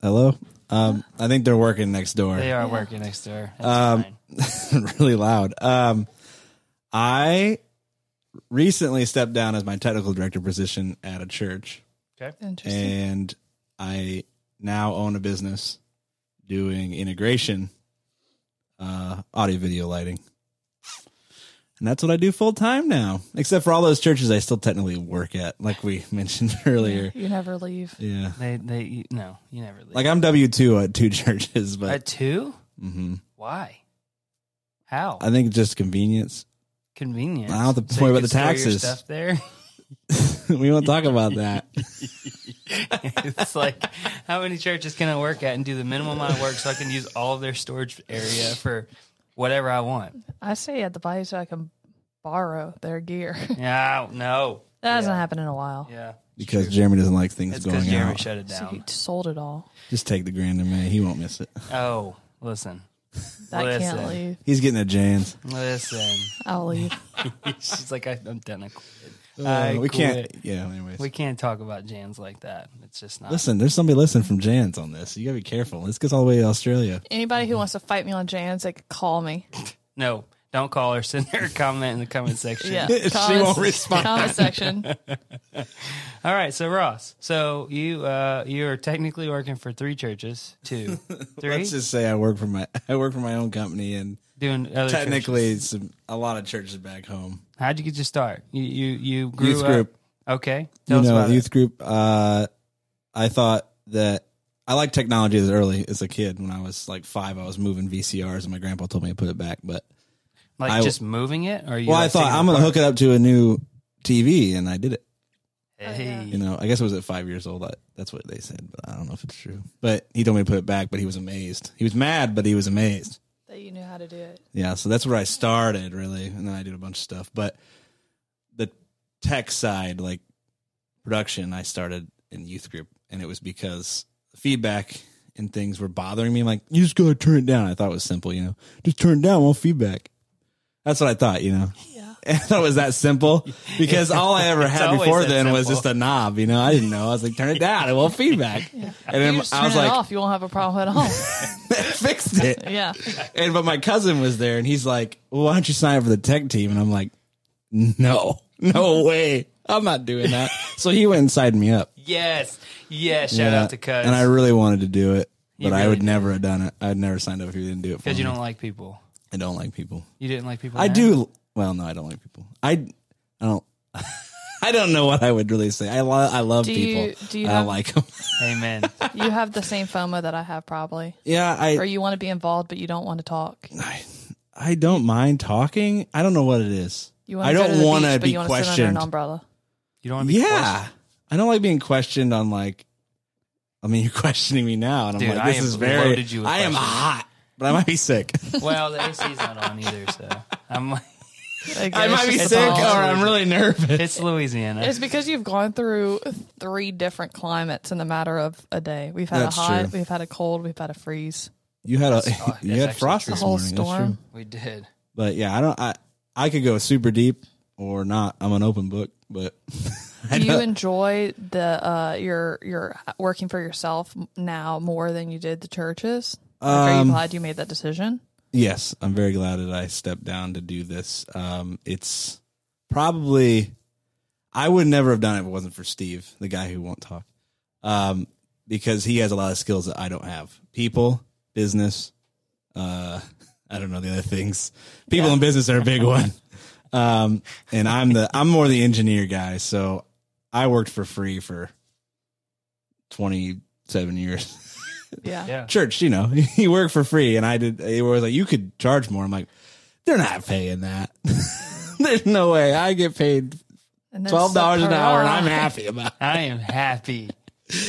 [SPEAKER 4] hello. Um, I think they're working next door.
[SPEAKER 2] They are working next door. That's
[SPEAKER 4] Um,
[SPEAKER 2] fine.
[SPEAKER 4] [laughs] really loud. Um, I recently stepped down as my technical director position at a church,
[SPEAKER 2] Okay.
[SPEAKER 3] Interesting.
[SPEAKER 4] and I now own a business doing integration, uh, audio video lighting, and that's what I do full time now. Except for all those churches I still technically work at, like we [laughs] mentioned earlier.
[SPEAKER 3] You never leave.
[SPEAKER 4] Yeah,
[SPEAKER 2] They they you- no, you never leave.
[SPEAKER 4] like I'm W two at two [laughs] churches, but
[SPEAKER 2] at two?
[SPEAKER 4] mhm.
[SPEAKER 2] Why? How?
[SPEAKER 4] I think it's just convenience. [laughs]
[SPEAKER 2] Convenient.
[SPEAKER 4] I don't have to
[SPEAKER 2] So
[SPEAKER 4] worry
[SPEAKER 2] you
[SPEAKER 4] about
[SPEAKER 2] can
[SPEAKER 4] the
[SPEAKER 2] store your
[SPEAKER 4] taxes.
[SPEAKER 2] Stuff there.
[SPEAKER 4] we won't talk
[SPEAKER 2] [laughs]
[SPEAKER 4] about that.
[SPEAKER 2] it's like how many churches can I work at and do the minimum amount of work so I can use all of their storage area for whatever I want?
[SPEAKER 3] I stay at the body so I can borrow their gear. [laughs] that
[SPEAKER 2] Yeah, no.
[SPEAKER 3] hasn't happened in a while.
[SPEAKER 2] Yeah,
[SPEAKER 4] Because Jeremy doesnn't like things
[SPEAKER 2] it's because
[SPEAKER 4] going
[SPEAKER 2] Jeremy
[SPEAKER 4] out.
[SPEAKER 2] shut it
[SPEAKER 3] So he
[SPEAKER 2] down.
[SPEAKER 3] sold it all.
[SPEAKER 4] Just take the grand and May. He won't miss it.
[SPEAKER 2] Oh, listen,
[SPEAKER 3] That
[SPEAKER 2] Listen.
[SPEAKER 3] can't leave.
[SPEAKER 4] He's getting a Jan's.
[SPEAKER 2] listen.
[SPEAKER 3] I'll leave.
[SPEAKER 2] She's like, I, I'm done. I quit.
[SPEAKER 4] Uh,
[SPEAKER 2] I
[SPEAKER 4] we can't.
[SPEAKER 2] quit.
[SPEAKER 4] Yeah. Anyways,
[SPEAKER 2] We can't talk about Jans like that. It's just not.
[SPEAKER 4] listen. There's somebody listening from Jan's on this. You gotta be careful. Let's get all the way to Australia.
[SPEAKER 3] Anybody who wants to fight me on Jans, they could call
[SPEAKER 4] [laughs]
[SPEAKER 3] me.
[SPEAKER 2] No, don't call her. [laughs] Send her a comment in the comment section.
[SPEAKER 3] Yeah,
[SPEAKER 4] She won't respond.
[SPEAKER 3] Comment
[SPEAKER 4] [laughs]
[SPEAKER 3] section.
[SPEAKER 2] All right, so Ross, so you uh, you are technically working for three churches,
[SPEAKER 4] [laughs]
[SPEAKER 2] two, three,
[SPEAKER 4] Let's just say I work for my [laughs] I work for my own company and
[SPEAKER 2] doing other churches.
[SPEAKER 4] technically some, a lot of churches back home.
[SPEAKER 2] How'd you get your start? You you you grew
[SPEAKER 4] Youth
[SPEAKER 2] up-
[SPEAKER 4] group.
[SPEAKER 2] Okay, tell us
[SPEAKER 4] you know,
[SPEAKER 2] about
[SPEAKER 4] youth
[SPEAKER 2] it.
[SPEAKER 4] group. Uh, I thought that I liked technology as early as a kid. When I was like five, I was moving VCRs, and my grandpa told me to put it back, but.
[SPEAKER 2] Like
[SPEAKER 4] I-
[SPEAKER 2] just moving it, or you?
[SPEAKER 4] Well, I
[SPEAKER 2] like,
[SPEAKER 4] thought
[SPEAKER 2] taking
[SPEAKER 4] I'm going to hook it up to a new TV, and I did it.
[SPEAKER 2] apart? Hey,
[SPEAKER 4] You know, I guess it was at five years old. I, that's what they said, but I don't know if it's true. But he told me to put it back, but he was amazed. He was mad, but he was amazed.
[SPEAKER 3] That you knew how to do it.
[SPEAKER 4] Yeah, so that's where I started, really. And then I did a bunch of stuff. But the tech side, like production, I started in youth group, and it was because feedback and things were bothering me. I'm like, you just got to turn it down. I thought it was simple, you know, just turn it down, won't feedback. That's what I thought, you know.
[SPEAKER 3] Yeah.
[SPEAKER 4] [laughs] I thought it was that simple because all I ever had
[SPEAKER 2] always
[SPEAKER 4] before
[SPEAKER 2] that
[SPEAKER 4] then was
[SPEAKER 2] simple.
[SPEAKER 4] just a knob. You know, I didn't know. I was like, turn it down, it
[SPEAKER 3] [laughs]
[SPEAKER 4] won't feedback. And
[SPEAKER 3] You
[SPEAKER 4] then
[SPEAKER 3] just turn
[SPEAKER 4] I was
[SPEAKER 3] it
[SPEAKER 4] like,
[SPEAKER 3] off. You won't have a problem at all.
[SPEAKER 4] [laughs]
[SPEAKER 3] [laughs]
[SPEAKER 4] fixed it.
[SPEAKER 3] yeah.
[SPEAKER 4] [laughs] And but my cousin was there, and he's like, well, why don't you sign up for the tech team? And I'm like, no, no way, I'm not
[SPEAKER 3] [laughs]
[SPEAKER 4] doing that. So he went and signed me up.
[SPEAKER 2] yes, yes. Shout
[SPEAKER 4] Yeah.
[SPEAKER 2] out to Cuz,
[SPEAKER 4] And I really wanted to do it, but I
[SPEAKER 2] really
[SPEAKER 4] would
[SPEAKER 2] did.
[SPEAKER 4] never have done it. I'd never signed up if he didn't do it for
[SPEAKER 2] because
[SPEAKER 4] me.
[SPEAKER 2] you don't like people.
[SPEAKER 4] I don't like people.
[SPEAKER 2] You didn't like people.
[SPEAKER 4] I
[SPEAKER 2] now?
[SPEAKER 4] do. Well, no, I don't like people. I, I don't. [laughs] I don't know what I would really say. I lo- I love
[SPEAKER 3] Do
[SPEAKER 4] people.
[SPEAKER 3] you- do you
[SPEAKER 4] I
[SPEAKER 3] have-
[SPEAKER 4] don't like them.
[SPEAKER 2] Amen.
[SPEAKER 3] You have the same FOMO that I have probably.
[SPEAKER 4] [laughs] yeah,
[SPEAKER 3] Or
[SPEAKER 4] I,
[SPEAKER 3] you want to be involved but you don't want to talk.
[SPEAKER 4] I I don't mind talking. I don't know what it is.
[SPEAKER 3] You want
[SPEAKER 4] I
[SPEAKER 3] to go to
[SPEAKER 4] don't
[SPEAKER 3] the
[SPEAKER 4] want to
[SPEAKER 3] beach, but
[SPEAKER 4] be
[SPEAKER 3] you want to sit under an
[SPEAKER 4] questioned.
[SPEAKER 3] umbrella.
[SPEAKER 2] You don't want to be.
[SPEAKER 4] [laughs] Yeah, I don't like being questioned on like. I mean, [laughs] you're questioning me now, and I'm
[SPEAKER 2] Dude,
[SPEAKER 4] like,
[SPEAKER 2] I
[SPEAKER 4] this
[SPEAKER 2] am
[SPEAKER 4] is very.
[SPEAKER 2] loaded you with
[SPEAKER 4] I am
[SPEAKER 2] questions.
[SPEAKER 4] hot, but I might be sick.
[SPEAKER 2] Well, the AC's not on either, so I'm like,
[SPEAKER 4] I might be
[SPEAKER 2] It's
[SPEAKER 4] sick, or
[SPEAKER 2] all-
[SPEAKER 4] I'm really nervous.
[SPEAKER 2] it's Louisiana.
[SPEAKER 3] It's because you've gone through three different climates in the matter of a day. We've had
[SPEAKER 4] That's
[SPEAKER 3] a hot,
[SPEAKER 4] true.
[SPEAKER 3] we've had a cold, we've had a freeze,
[SPEAKER 4] [laughs] You had a [laughs]
[SPEAKER 2] Oh,
[SPEAKER 4] you
[SPEAKER 2] that's
[SPEAKER 4] had
[SPEAKER 2] actually
[SPEAKER 4] frost
[SPEAKER 2] true.
[SPEAKER 4] this
[SPEAKER 3] a whole
[SPEAKER 4] morning. That's true.
[SPEAKER 3] storm.
[SPEAKER 2] we did.
[SPEAKER 4] But yeah, I don't. I I could go super deep or not. I'm an open book, but [laughs] I
[SPEAKER 3] Do you
[SPEAKER 4] don't-
[SPEAKER 3] enjoy the uh, your your working for yourself now more than you did the churches? Like,
[SPEAKER 4] Um,
[SPEAKER 3] are you glad you made that decision?
[SPEAKER 4] yes, I'm very glad that I stepped down to do this. Um, it's probably I would never have done it if it wasn't for Steve, the guy who won't talk, um, because he has a lot of skills that I don't have. People, business, uh, I don't know the other things. People in business are a big one, um, and I'm the I'm more the engineer guy. So I worked for free for twenty seven years
[SPEAKER 3] Yeah.
[SPEAKER 2] Yeah.
[SPEAKER 4] church, you know, [laughs] he worked for free, and I did. It was like you could charge more. I'm like, they're not paying that. [laughs] There's no way I get paid
[SPEAKER 3] And then
[SPEAKER 4] twelve dollars an hour, and
[SPEAKER 3] Sapporo-
[SPEAKER 4] I'm happy about. It.
[SPEAKER 2] I am happy.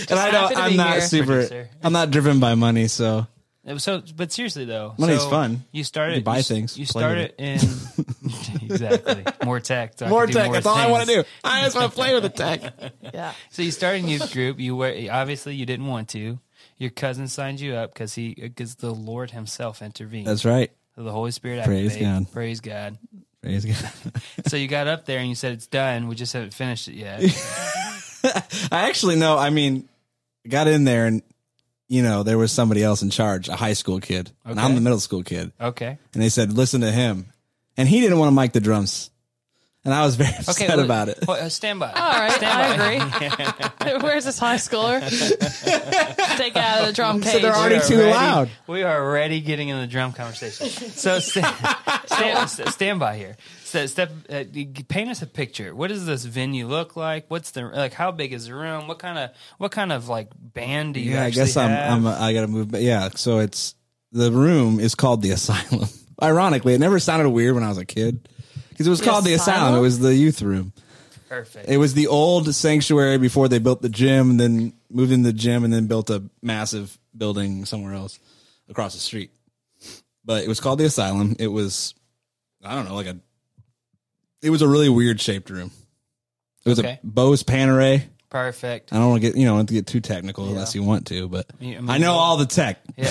[SPEAKER 4] And I don't.
[SPEAKER 3] happy to
[SPEAKER 4] I'm
[SPEAKER 3] be
[SPEAKER 4] not
[SPEAKER 3] here.
[SPEAKER 4] super.
[SPEAKER 2] Producer.
[SPEAKER 4] I'm not driven by money, so
[SPEAKER 2] It was So, but seriously though,
[SPEAKER 4] Money's
[SPEAKER 2] so
[SPEAKER 4] fun.
[SPEAKER 2] You start
[SPEAKER 4] You
[SPEAKER 2] it.
[SPEAKER 4] buy
[SPEAKER 2] s-
[SPEAKER 4] things,
[SPEAKER 2] You
[SPEAKER 4] play
[SPEAKER 2] start
[SPEAKER 4] with
[SPEAKER 2] it in [laughs]
[SPEAKER 4] [laughs]
[SPEAKER 2] exactly more tech. so I
[SPEAKER 4] more
[SPEAKER 2] can do
[SPEAKER 4] tech. That's all I want to
[SPEAKER 2] things.
[SPEAKER 4] do. I just want to play with the tech.
[SPEAKER 2] [laughs]
[SPEAKER 3] Yeah.
[SPEAKER 2] So you start a youth group. You were obviously you didn't want to. Your cousin signed you up because he because the Lord Himself intervened.
[SPEAKER 4] That's right.
[SPEAKER 2] So the Holy Spirit.
[SPEAKER 4] Praise
[SPEAKER 2] activated.
[SPEAKER 4] God.
[SPEAKER 2] Praise God.
[SPEAKER 4] Praise God. [laughs]
[SPEAKER 2] So you got up there and you said it's done. We just haven't finished it
[SPEAKER 4] [laughs]
[SPEAKER 2] yet.
[SPEAKER 4] I actually know. I mean, got in there, and you know, there was somebody else in charge, a high school kid, and I'm
[SPEAKER 2] Okay.
[SPEAKER 4] the middle school kid.
[SPEAKER 2] Okay.
[SPEAKER 4] and they said, "Listen to him," and he didn't want to mic the drums, and I was very [laughs]
[SPEAKER 2] Okay.
[SPEAKER 4] upset
[SPEAKER 2] well,
[SPEAKER 4] about it.
[SPEAKER 2] well, uh, stand by.
[SPEAKER 3] All right, I agree. Where's this high
[SPEAKER 4] [laughs]
[SPEAKER 3] schooler? Take it out of the drum cage.
[SPEAKER 4] they're already-
[SPEAKER 2] We are
[SPEAKER 4] too
[SPEAKER 2] already-
[SPEAKER 4] loud.
[SPEAKER 2] We are already getting in the drum conversation. So stand, stand, stand by here. So step, uh, paint us a picture. What does this venue look like? What's the like? How big is the room? What kind of what kind of like band do you?
[SPEAKER 4] Yeah, I
[SPEAKER 2] actually
[SPEAKER 4] guess I'm,
[SPEAKER 2] have?
[SPEAKER 4] I'm I gotta move, but yeah. So it's the room is called the [laughs] asylum. Ironically, it never sounded weird when I was a kid because it was
[SPEAKER 3] The
[SPEAKER 4] called the asylum.
[SPEAKER 3] asylum?
[SPEAKER 4] It was the youth room.
[SPEAKER 2] perfect.
[SPEAKER 4] It was the old sanctuary before they built the gym, and then moved in the gym, and then built a massive building somewhere else across the street. But it was called the asylum. It was, I don't know, like a. It was a really weird shaped room. It was
[SPEAKER 2] Okay.
[SPEAKER 4] a Bose Panerai.
[SPEAKER 2] perfect.
[SPEAKER 4] I don't want to get you know want to get too technical unless you want to, but
[SPEAKER 2] Yeah, I
[SPEAKER 4] I,
[SPEAKER 2] mean-
[SPEAKER 4] know all the tech.
[SPEAKER 2] Yeah.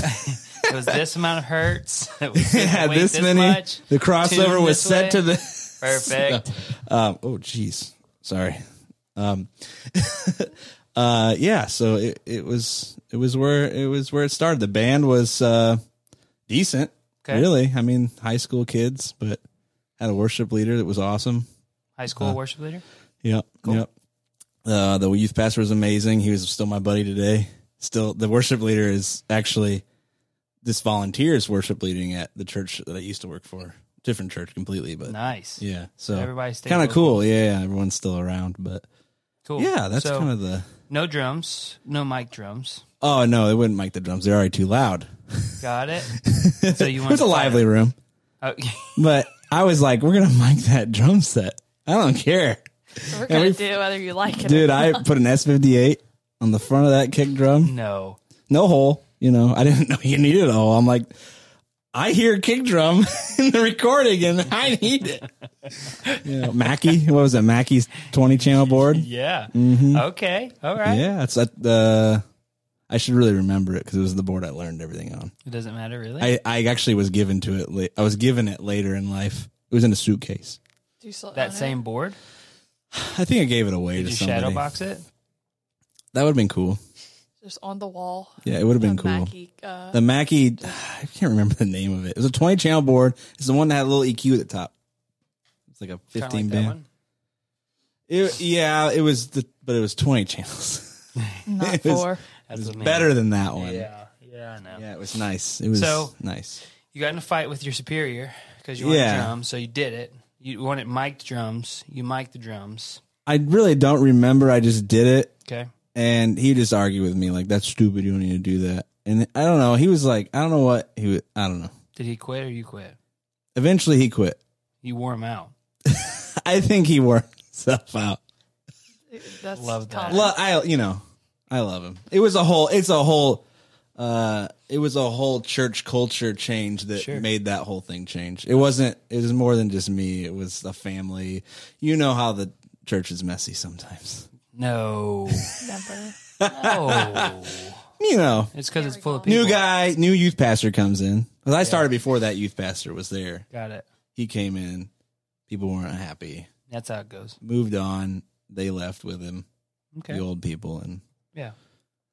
[SPEAKER 2] It was this amount of hertz. [laughs] It, was
[SPEAKER 4] [laughs] It had
[SPEAKER 2] weight
[SPEAKER 4] this many.
[SPEAKER 2] much.
[SPEAKER 4] the crossover
[SPEAKER 2] Tune
[SPEAKER 4] was
[SPEAKER 2] this
[SPEAKER 4] set
[SPEAKER 2] way.
[SPEAKER 4] to the [laughs]
[SPEAKER 2] Perfect.
[SPEAKER 4] Um, oh, jeez. Sorry. Um, [laughs] uh, yeah. So it, it was it was where it was where it started. The band was uh, decent,
[SPEAKER 2] Okay.
[SPEAKER 4] really. I mean, high school kids, but had a worship leader that was awesome.
[SPEAKER 2] High school
[SPEAKER 4] uh,
[SPEAKER 2] worship leader.
[SPEAKER 4] Yep. Yep. Uh, the youth pastor was amazing. He was still my buddy today. Still, the worship leader is actually this volunteers worship leading at the church that I used to work for. Different church completely, but
[SPEAKER 2] Nice.
[SPEAKER 4] yeah. So
[SPEAKER 2] Everybody stayed
[SPEAKER 4] kind of
[SPEAKER 2] local.
[SPEAKER 4] cool. Yeah, yeah, everyone's still around, but
[SPEAKER 2] Cool.
[SPEAKER 4] yeah, that's
[SPEAKER 2] so,
[SPEAKER 4] kind of the.
[SPEAKER 2] no drums, no mic drums.
[SPEAKER 4] Oh no, they wouldn't mic the drums. They're already too loud.
[SPEAKER 2] Got
[SPEAKER 4] [laughs]
[SPEAKER 2] it. So you
[SPEAKER 4] It was
[SPEAKER 2] want
[SPEAKER 4] a lively room,
[SPEAKER 2] Oh,
[SPEAKER 4] but I was like, we're gonna [laughs] mic that drum set. I don't care,
[SPEAKER 3] We're gonna do whether you like it.
[SPEAKER 4] dude.
[SPEAKER 2] [laughs]
[SPEAKER 3] or
[SPEAKER 4] I put an S fifty eight on the front of that kick
[SPEAKER 2] [laughs]
[SPEAKER 4] drum.
[SPEAKER 2] no.
[SPEAKER 4] no hole. You know, I didn't [laughs] know you needed a hole. I'm like, I hear kick drum [laughs] in the recording and I need it.
[SPEAKER 2] [laughs]
[SPEAKER 4] You know, Mackie, what was it? Mackey's 20 channel board.
[SPEAKER 2] Yeah. Okay. All right.
[SPEAKER 4] Mm-hmm. Yeah, it's at the. I should really remember it because it was the board I learned everything on.
[SPEAKER 2] It doesn't matter really.
[SPEAKER 4] I, I actually was given to it. La- I was given it later in life. It was in a suitcase.
[SPEAKER 3] do you still own
[SPEAKER 2] that
[SPEAKER 3] it?
[SPEAKER 2] same board.
[SPEAKER 4] I think I gave it away
[SPEAKER 2] Did
[SPEAKER 4] to
[SPEAKER 2] you
[SPEAKER 4] somebody.
[SPEAKER 2] shadow box it?
[SPEAKER 4] That would have been cool.
[SPEAKER 3] just on the wall.
[SPEAKER 4] Yeah, it would have been
[SPEAKER 3] The
[SPEAKER 4] cool.
[SPEAKER 3] Mackie, uh,
[SPEAKER 4] The Mackie, I can't remember the name of it. It was a 20 channel board. It's the one that had a little EQ at the top. It's like a 15
[SPEAKER 2] Kinda like that
[SPEAKER 4] band.
[SPEAKER 2] one.
[SPEAKER 4] It, yeah, it was the, but it was 20 channels.
[SPEAKER 3] [laughs] not
[SPEAKER 4] it was-
[SPEAKER 3] four.
[SPEAKER 4] it
[SPEAKER 2] That's
[SPEAKER 4] was
[SPEAKER 2] what I mean.
[SPEAKER 4] better than that one. Yeah.
[SPEAKER 2] Yeah. Yeah. I know.
[SPEAKER 4] it was nice. It was
[SPEAKER 2] So-
[SPEAKER 4] nice.
[SPEAKER 2] You got in a fight with your superior because you wanted
[SPEAKER 4] Yeah.
[SPEAKER 2] drums, so you did it. You wanted mic'd drums. You mic'd the drums.
[SPEAKER 4] I really don't remember. I just did it.
[SPEAKER 2] Okay.
[SPEAKER 4] And he just argued with me, like, that's stupid. You don't need to do that. And I don't know. He was like, I don't know what he was, I don't know.
[SPEAKER 2] Did he quit or you quit?
[SPEAKER 4] Eventually he quit. [laughs]
[SPEAKER 2] You wore him out.
[SPEAKER 4] [laughs] I think he wore himself out.
[SPEAKER 3] That's
[SPEAKER 2] Love that.
[SPEAKER 3] common.
[SPEAKER 4] Lo- I you know, I love him. It was a whole. It's a whole. Uh, it was a whole church culture change that made that whole thing change. It wasn't. It was more than just me. It was a family. You know how the church is messy sometimes. [laughs]
[SPEAKER 2] No.
[SPEAKER 3] Never.
[SPEAKER 2] Oh.
[SPEAKER 4] You know,
[SPEAKER 2] It's because it's full of people.
[SPEAKER 4] new guy, new youth pastor comes in. 'Cause I started before that youth pastor was there.
[SPEAKER 2] Got it.
[SPEAKER 4] He came in. People weren't happy.
[SPEAKER 2] That's how it goes.
[SPEAKER 4] Moved on. They left with him.
[SPEAKER 2] Okay.
[SPEAKER 4] The old people, and
[SPEAKER 2] Yeah.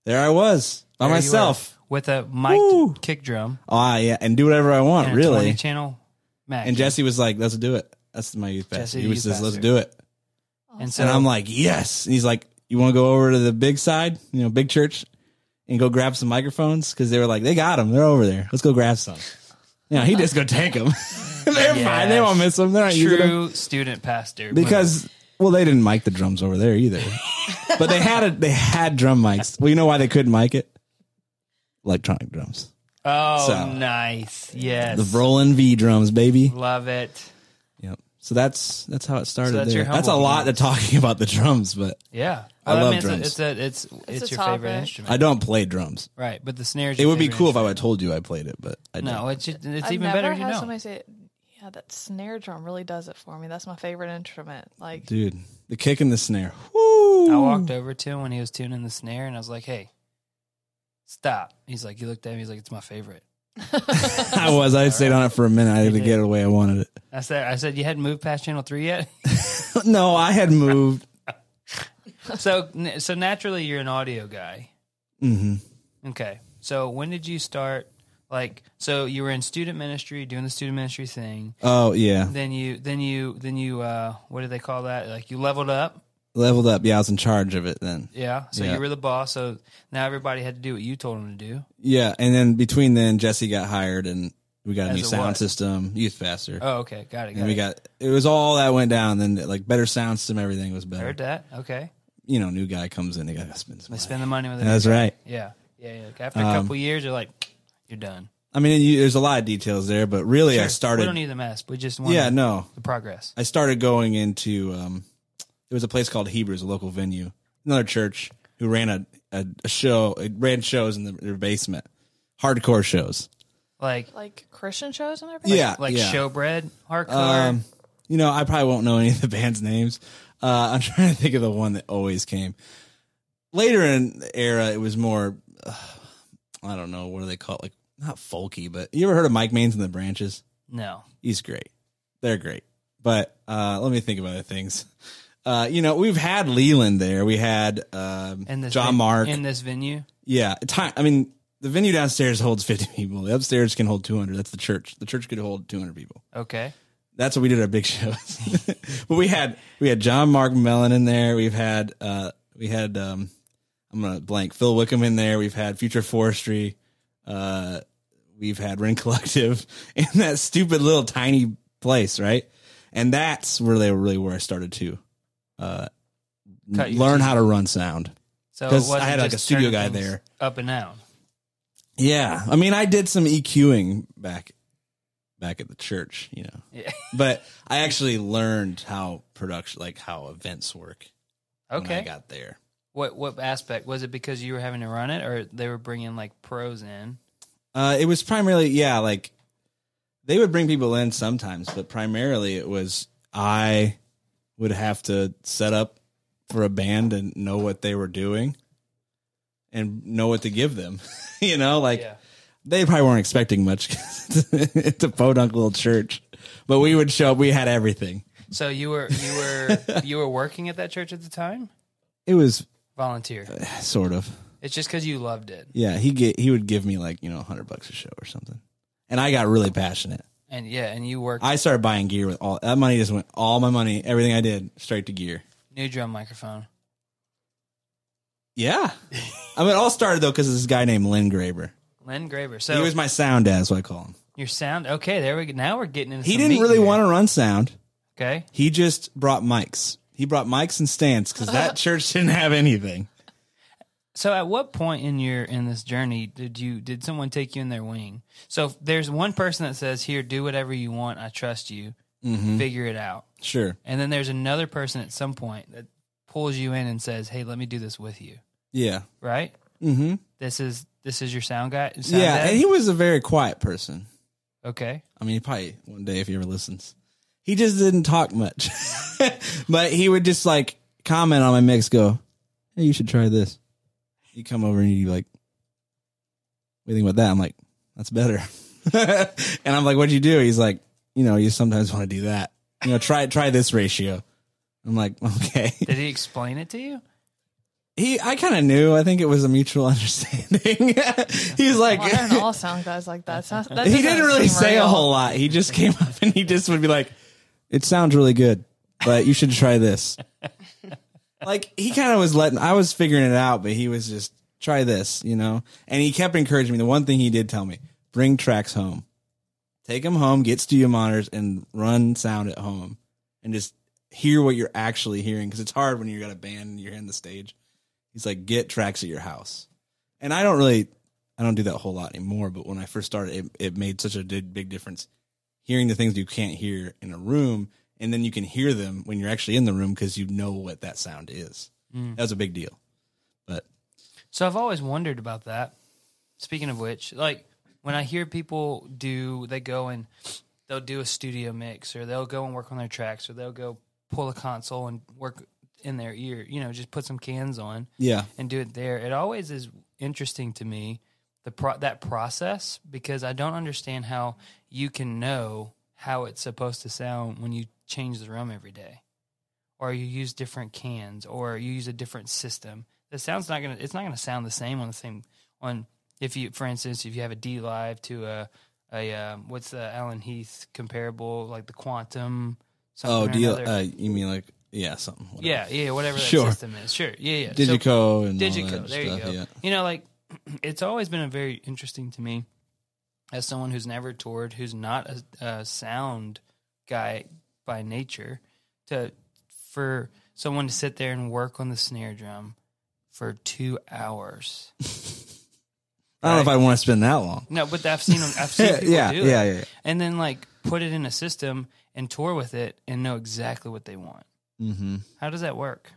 [SPEAKER 4] there I was by
[SPEAKER 2] There you
[SPEAKER 4] myself.
[SPEAKER 2] are, With a mic
[SPEAKER 4] Woo.
[SPEAKER 2] kick drum.
[SPEAKER 4] Ah, yeah, and do whatever I want.
[SPEAKER 2] and a
[SPEAKER 4] really,
[SPEAKER 2] 20 channel Mac.
[SPEAKER 4] And Jesse was like, "Let's do it." That's my youth pastor.
[SPEAKER 2] Jesse,
[SPEAKER 4] He
[SPEAKER 2] the
[SPEAKER 4] was
[SPEAKER 2] youth
[SPEAKER 4] just, "Let's
[SPEAKER 2] pastor.
[SPEAKER 4] do it."
[SPEAKER 2] And so
[SPEAKER 4] And I'm like, "Yes." And he's like, "You want to go over to the big side, you know, big church, and go grab some microphones because they were like, they got them. They're over there. Let's go grab some." You know, he just go take them. [laughs] They're fine. They won't miss them. They're not using 'em.
[SPEAKER 2] true student pastor.
[SPEAKER 4] because well, they didn't mic the drums over there
[SPEAKER 2] [laughs]
[SPEAKER 4] either, but they had a, they had drum mics. Well, you know why they couldn't mic it? Electronic drums,
[SPEAKER 2] Oh,
[SPEAKER 4] So-
[SPEAKER 2] nice. Yes.
[SPEAKER 4] the Roland V drums, baby.
[SPEAKER 2] Love it.
[SPEAKER 4] Yep. So that's that's how it started.
[SPEAKER 2] So that's
[SPEAKER 4] there.
[SPEAKER 2] your
[SPEAKER 4] that's a
[SPEAKER 2] humble
[SPEAKER 4] lot to talking [laughs] about the drums, but
[SPEAKER 2] Yeah.
[SPEAKER 4] I love
[SPEAKER 2] it's a-
[SPEAKER 4] drums.
[SPEAKER 2] It's a, it's, it's,
[SPEAKER 3] a
[SPEAKER 2] your favorite
[SPEAKER 3] topic.
[SPEAKER 2] instrument.
[SPEAKER 4] I don't play drums.
[SPEAKER 2] right. But the snares.
[SPEAKER 4] It would be cool if I would told you I played it, but I don't.
[SPEAKER 2] No, it's, just, it's
[SPEAKER 3] I've
[SPEAKER 2] even
[SPEAKER 3] never
[SPEAKER 2] better if you
[SPEAKER 3] had
[SPEAKER 2] don't.
[SPEAKER 3] somebody say, "Yeah, that snare drum really does it for me. That's my favorite instrument." Like,
[SPEAKER 4] Dude, the kick and the snare. Woo!
[SPEAKER 2] I
[SPEAKER 4] [laughs]
[SPEAKER 2] walked over to him when he was tuning the snare, and I was like, "Hey, stop!" He's like, he looked at me. He's like, "It's my favorite."
[SPEAKER 4] I was. I stayed on it for a minute. I had to
[SPEAKER 2] did.
[SPEAKER 4] get it [laughs] the way I wanted
[SPEAKER 2] I said, "I said you hadn't moved past channel three
[SPEAKER 3] [laughs]
[SPEAKER 2] yet." [laughs]
[SPEAKER 4] it. no, I had moved.
[SPEAKER 2] so, so naturally, you're an audio guy.
[SPEAKER 4] hmm
[SPEAKER 2] Okay. So, when did you start? Like, so you were in student ministry, doing the student ministry thing.
[SPEAKER 4] Oh yeah,
[SPEAKER 2] Then you, then you, then you. uh What do they call that? Like, you leveled up.
[SPEAKER 4] leveled up. Yeah, I was in charge of it then.
[SPEAKER 2] Yeah. So
[SPEAKER 4] Yeah.
[SPEAKER 2] you were the boss. So now everybody had to do what you told them to do.
[SPEAKER 4] Yeah, and then between then, Jesse got hired, and we got a
[SPEAKER 2] As
[SPEAKER 4] new
[SPEAKER 2] a
[SPEAKER 4] sound
[SPEAKER 2] what?
[SPEAKER 4] system, youth faster,
[SPEAKER 2] Oh, okay. Got it. Got
[SPEAKER 4] and we
[SPEAKER 2] it.
[SPEAKER 4] got it was all that went down. Then like better sound system, everything was better.
[SPEAKER 2] Heard that? Okay.
[SPEAKER 4] You know, new guy comes in, they got to spend some.
[SPEAKER 2] They
[SPEAKER 4] money.
[SPEAKER 2] spend the money with it.
[SPEAKER 4] That's right. Um,
[SPEAKER 2] Yeah, yeah. yeah. Like, After a couple years, you're like, you're done.
[SPEAKER 4] I mean, you, there's a lot of details there, but really,
[SPEAKER 2] Sure, We
[SPEAKER 4] I
[SPEAKER 2] don't
[SPEAKER 4] started.
[SPEAKER 2] need the mess. We just want
[SPEAKER 4] Yeah, no,
[SPEAKER 2] the progress.
[SPEAKER 4] I started going into. Um, there was a place called Hebrews, a local venue, another church who ran a a, a show, it ran shows in the, their basement, hardcore shows.
[SPEAKER 2] Like,
[SPEAKER 3] like Christian shows and everything. [laughs]
[SPEAKER 4] Yeah,
[SPEAKER 2] like
[SPEAKER 4] Uh, yeah.
[SPEAKER 2] showbread, hardcore.
[SPEAKER 4] Um, you know, I probably won't know any of the [laughs] band's names. Uh, I'm trying to think of the one that always came. Later in the era, it was more. Uh, I don't know what do they call it? Like not folky, but you ever heard of Mike Maines and the Branches?
[SPEAKER 2] no,
[SPEAKER 4] he's great. They're great. But uh, let me think of other things. Uh, you know, we've had Leland there. We had um,
[SPEAKER 2] in this
[SPEAKER 4] John
[SPEAKER 2] ven-
[SPEAKER 4] Mark.
[SPEAKER 2] in this venue.
[SPEAKER 4] yeah. Time, I mean, the venue downstairs holds 50 [laughs] people. The upstairs can hold 200. That's the church. The church could hold 200 people.
[SPEAKER 2] Okay,
[SPEAKER 4] That's what we did our big shows. [laughs] but we had we had John Mark Mellon in there. We've had uh, we had um, I'm gonna blank Phil Wickham in there. We've had Future Forestry. Uh, we've had Ren Collective [laughs] in that stupid little tiny place, right? And that's where they really where I started to uh,
[SPEAKER 2] Cut your
[SPEAKER 4] learn how to run sound.
[SPEAKER 2] so
[SPEAKER 4] 'Cause
[SPEAKER 2] wasn't
[SPEAKER 4] I had, like,
[SPEAKER 2] just
[SPEAKER 4] a studio
[SPEAKER 2] turning
[SPEAKER 4] guy
[SPEAKER 2] things
[SPEAKER 4] there.
[SPEAKER 2] up and down.
[SPEAKER 4] Yeah, I mean, I did some EQing back back at the church, you know.
[SPEAKER 2] Yeah.
[SPEAKER 4] But I actually learned how production, like how events work. when I
[SPEAKER 2] Okay,
[SPEAKER 4] got there.
[SPEAKER 2] what what aspect was it? Because you were having to run it, or they were bringing like pros in?
[SPEAKER 4] Uh, it was primarily, yeah, like they would bring people in sometimes, but primarily it was I would have to set up for a band and know what they were doing and know what to give them. [laughs] you know, like
[SPEAKER 2] Yeah.
[SPEAKER 4] they probably weren't expecting much [laughs] 'cause it's a podunk little church, but we would show up. We had everything.
[SPEAKER 2] So you were you were
[SPEAKER 4] [laughs]
[SPEAKER 2] you were working at that church at the time,
[SPEAKER 4] It was
[SPEAKER 2] volunteer.
[SPEAKER 4] Uh, sort of,
[SPEAKER 2] It's just because you loved it,
[SPEAKER 4] yeah. He get he would give me like you know hundred bucks a show or something, and I got really passionate.
[SPEAKER 2] and yeah, and you worked
[SPEAKER 4] I started buying gear with all that money. Just went all my money, everything I did, straight to gear.
[SPEAKER 2] new drum microphone.
[SPEAKER 4] Yeah, I mean, it all started though because this guy named Lynn Graber.
[SPEAKER 2] Len Graber. So
[SPEAKER 4] he was my sound dad, is what I call him.
[SPEAKER 2] Your sound. Okay, there we go. Now we're getting into.
[SPEAKER 4] He
[SPEAKER 2] some
[SPEAKER 4] didn't
[SPEAKER 2] meat
[SPEAKER 4] really
[SPEAKER 2] here.
[SPEAKER 4] want to run sound.
[SPEAKER 2] Okay.
[SPEAKER 4] He just brought mics. He brought mics and stands because
[SPEAKER 2] [laughs]
[SPEAKER 4] that church didn't have anything.
[SPEAKER 2] So, at what point in your in this journey did you did someone take you in their wing? So, if there's one person that says, "Here, do whatever you want.
[SPEAKER 4] Mm-hmm.
[SPEAKER 2] I trust you. Figure it out."
[SPEAKER 4] Sure.
[SPEAKER 2] And then there's another person at some point that pulls you in and says, "Hey, let me do this with you."
[SPEAKER 4] Yeah.
[SPEAKER 2] Right?
[SPEAKER 4] Mm-hmm.
[SPEAKER 2] This is this is your sound guy. Sound
[SPEAKER 4] Yeah,
[SPEAKER 2] dad?
[SPEAKER 4] and he was a very quiet person.
[SPEAKER 2] okay.
[SPEAKER 4] I mean, he probably one day if he ever listens, he just didn't talk much, [laughs] but he would just like comment on my mix, go, "Hey, you should try this." You come over and you like, "What do you think about that?" I'm like, "That's better," [laughs] and I'm like, "What'd you do?" He's like, "You know, you sometimes want to do that. You know, try try this ratio." I'm like, "Okay." [laughs]
[SPEAKER 2] Did he explain it to you?
[SPEAKER 4] He, I kind of knew. I think it was a mutual [laughs] understanding. He's like,
[SPEAKER 3] Well, I don't know. All sound guys like that. Sounds, that
[SPEAKER 4] he
[SPEAKER 3] doesn't
[SPEAKER 4] didn't really
[SPEAKER 3] seem
[SPEAKER 4] say
[SPEAKER 3] real.
[SPEAKER 4] a whole lot. He just came up and he just would be like, "It sounds really good, but you should
[SPEAKER 3] [laughs]
[SPEAKER 4] try this." like he kind of was letting I was figuring it out, but he was just try this, you know. And he kept encouraging me. The one thing he did tell me: bring tracks home, take them home, get studio monitors, and run sound at home, and just hear what you're actually hearing because it's hard when you got a band and you're in the stage. He's like, get tracks at your house, and I don't really I don't do that a whole lot anymore, but when I first started, it, it made such a di- big difference hearing the things you can't hear in a room, and then you can hear them when you're actually in the room because you know what that sound is.
[SPEAKER 2] Mm.
[SPEAKER 4] That was a big deal. But
[SPEAKER 2] So I've always wondered about that. Speaking of which, like when I hear people do, they go and they'll do a studio mix, or they'll go and work on their tracks, or they'll go pull a console and work in their ear. You know, just put some cans on
[SPEAKER 4] yeah,
[SPEAKER 2] and do it there. It always is interesting to me the pro- that process because I don't understand how you can know how it's supposed to sound when you change the room every day, or you use different cans, or you use a different system. The sound's not gonna it's not gonna sound the same on the same on if you for instance if you have a D live to a a um, what's the Alan Heath comparable like the Quantum
[SPEAKER 4] oh,
[SPEAKER 2] or
[SPEAKER 4] do you,
[SPEAKER 2] another.
[SPEAKER 4] uh, you mean like yeah, something? whatever.
[SPEAKER 2] yeah yeah whatever that
[SPEAKER 4] [laughs] Sure.
[SPEAKER 2] system is sure yeah yeah So-
[SPEAKER 4] Digico and
[SPEAKER 2] Digico.
[SPEAKER 4] all that
[SPEAKER 2] there
[SPEAKER 4] stuff.
[SPEAKER 2] you go.
[SPEAKER 4] Yeah,
[SPEAKER 2] You know, like [clears throat] it's always been a very interesting to me as someone who's never toured, who's not a, a sound guy by nature, to for someone to sit there and work on the snare drum for two hours.
[SPEAKER 4] I don't know if I want to spend that long.
[SPEAKER 2] No, but I've seen 'em- I've seen people
[SPEAKER 4] [laughs] yeah,
[SPEAKER 2] do
[SPEAKER 4] yeah,
[SPEAKER 2] it.
[SPEAKER 4] yeah, yeah.
[SPEAKER 2] and then like put it in a system and tour with it and know exactly what they want.
[SPEAKER 4] Mm-hmm.
[SPEAKER 2] How does that work?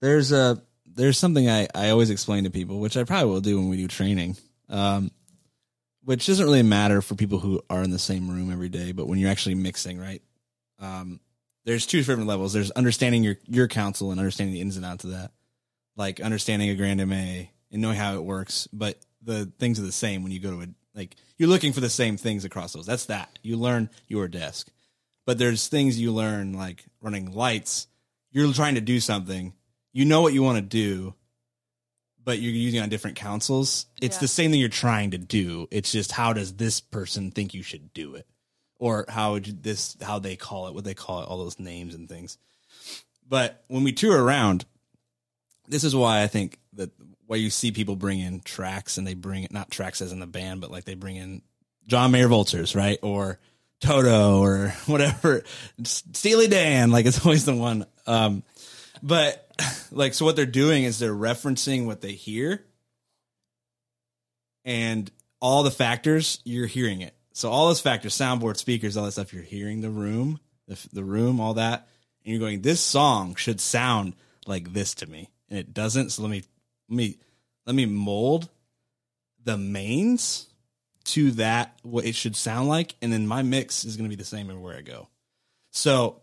[SPEAKER 4] there's a there's something I, I always explain to people, which I probably will do when we do training, um, which doesn't really matter for people who are in the same room every day, but when you're actually mixing, right? Um, there's two different levels. There's understanding your your counsel and understanding the ins and outs of that, like understanding a grand MA and knowing how it works. But the things are the same when you go to a like you're looking for the same things across those. That's that you learn your desk, but there's things you learn like running lights. You're trying to do something you know what you want to do, but you're using it on different councils. It's
[SPEAKER 3] Yeah.
[SPEAKER 4] the same thing you're trying to do. It's just how does this person think you should do it, or how would you, this how they call it, what they call it, all those names and things. But when we tour around, this is why I think that why you see people bring in tracks and they bring it not tracks as in the band, but like they bring in John Mayer Vultures, right? Or Toto or [laughs] whatever. Steely Dan, like it's [laughs] always the one. Um, but [laughs] like, so what they're doing is they're referencing what they hear and all the factors you're hearing it. So all those factors, soundboard, speakers, all that stuff, you're hearing the room, the, f- the room, all that. And you're going, this song should sound like this to me. And it doesn't. So let me, let me, let me mold the mains to that, what it should sound like. And then my mix is going to be the same everywhere I go. So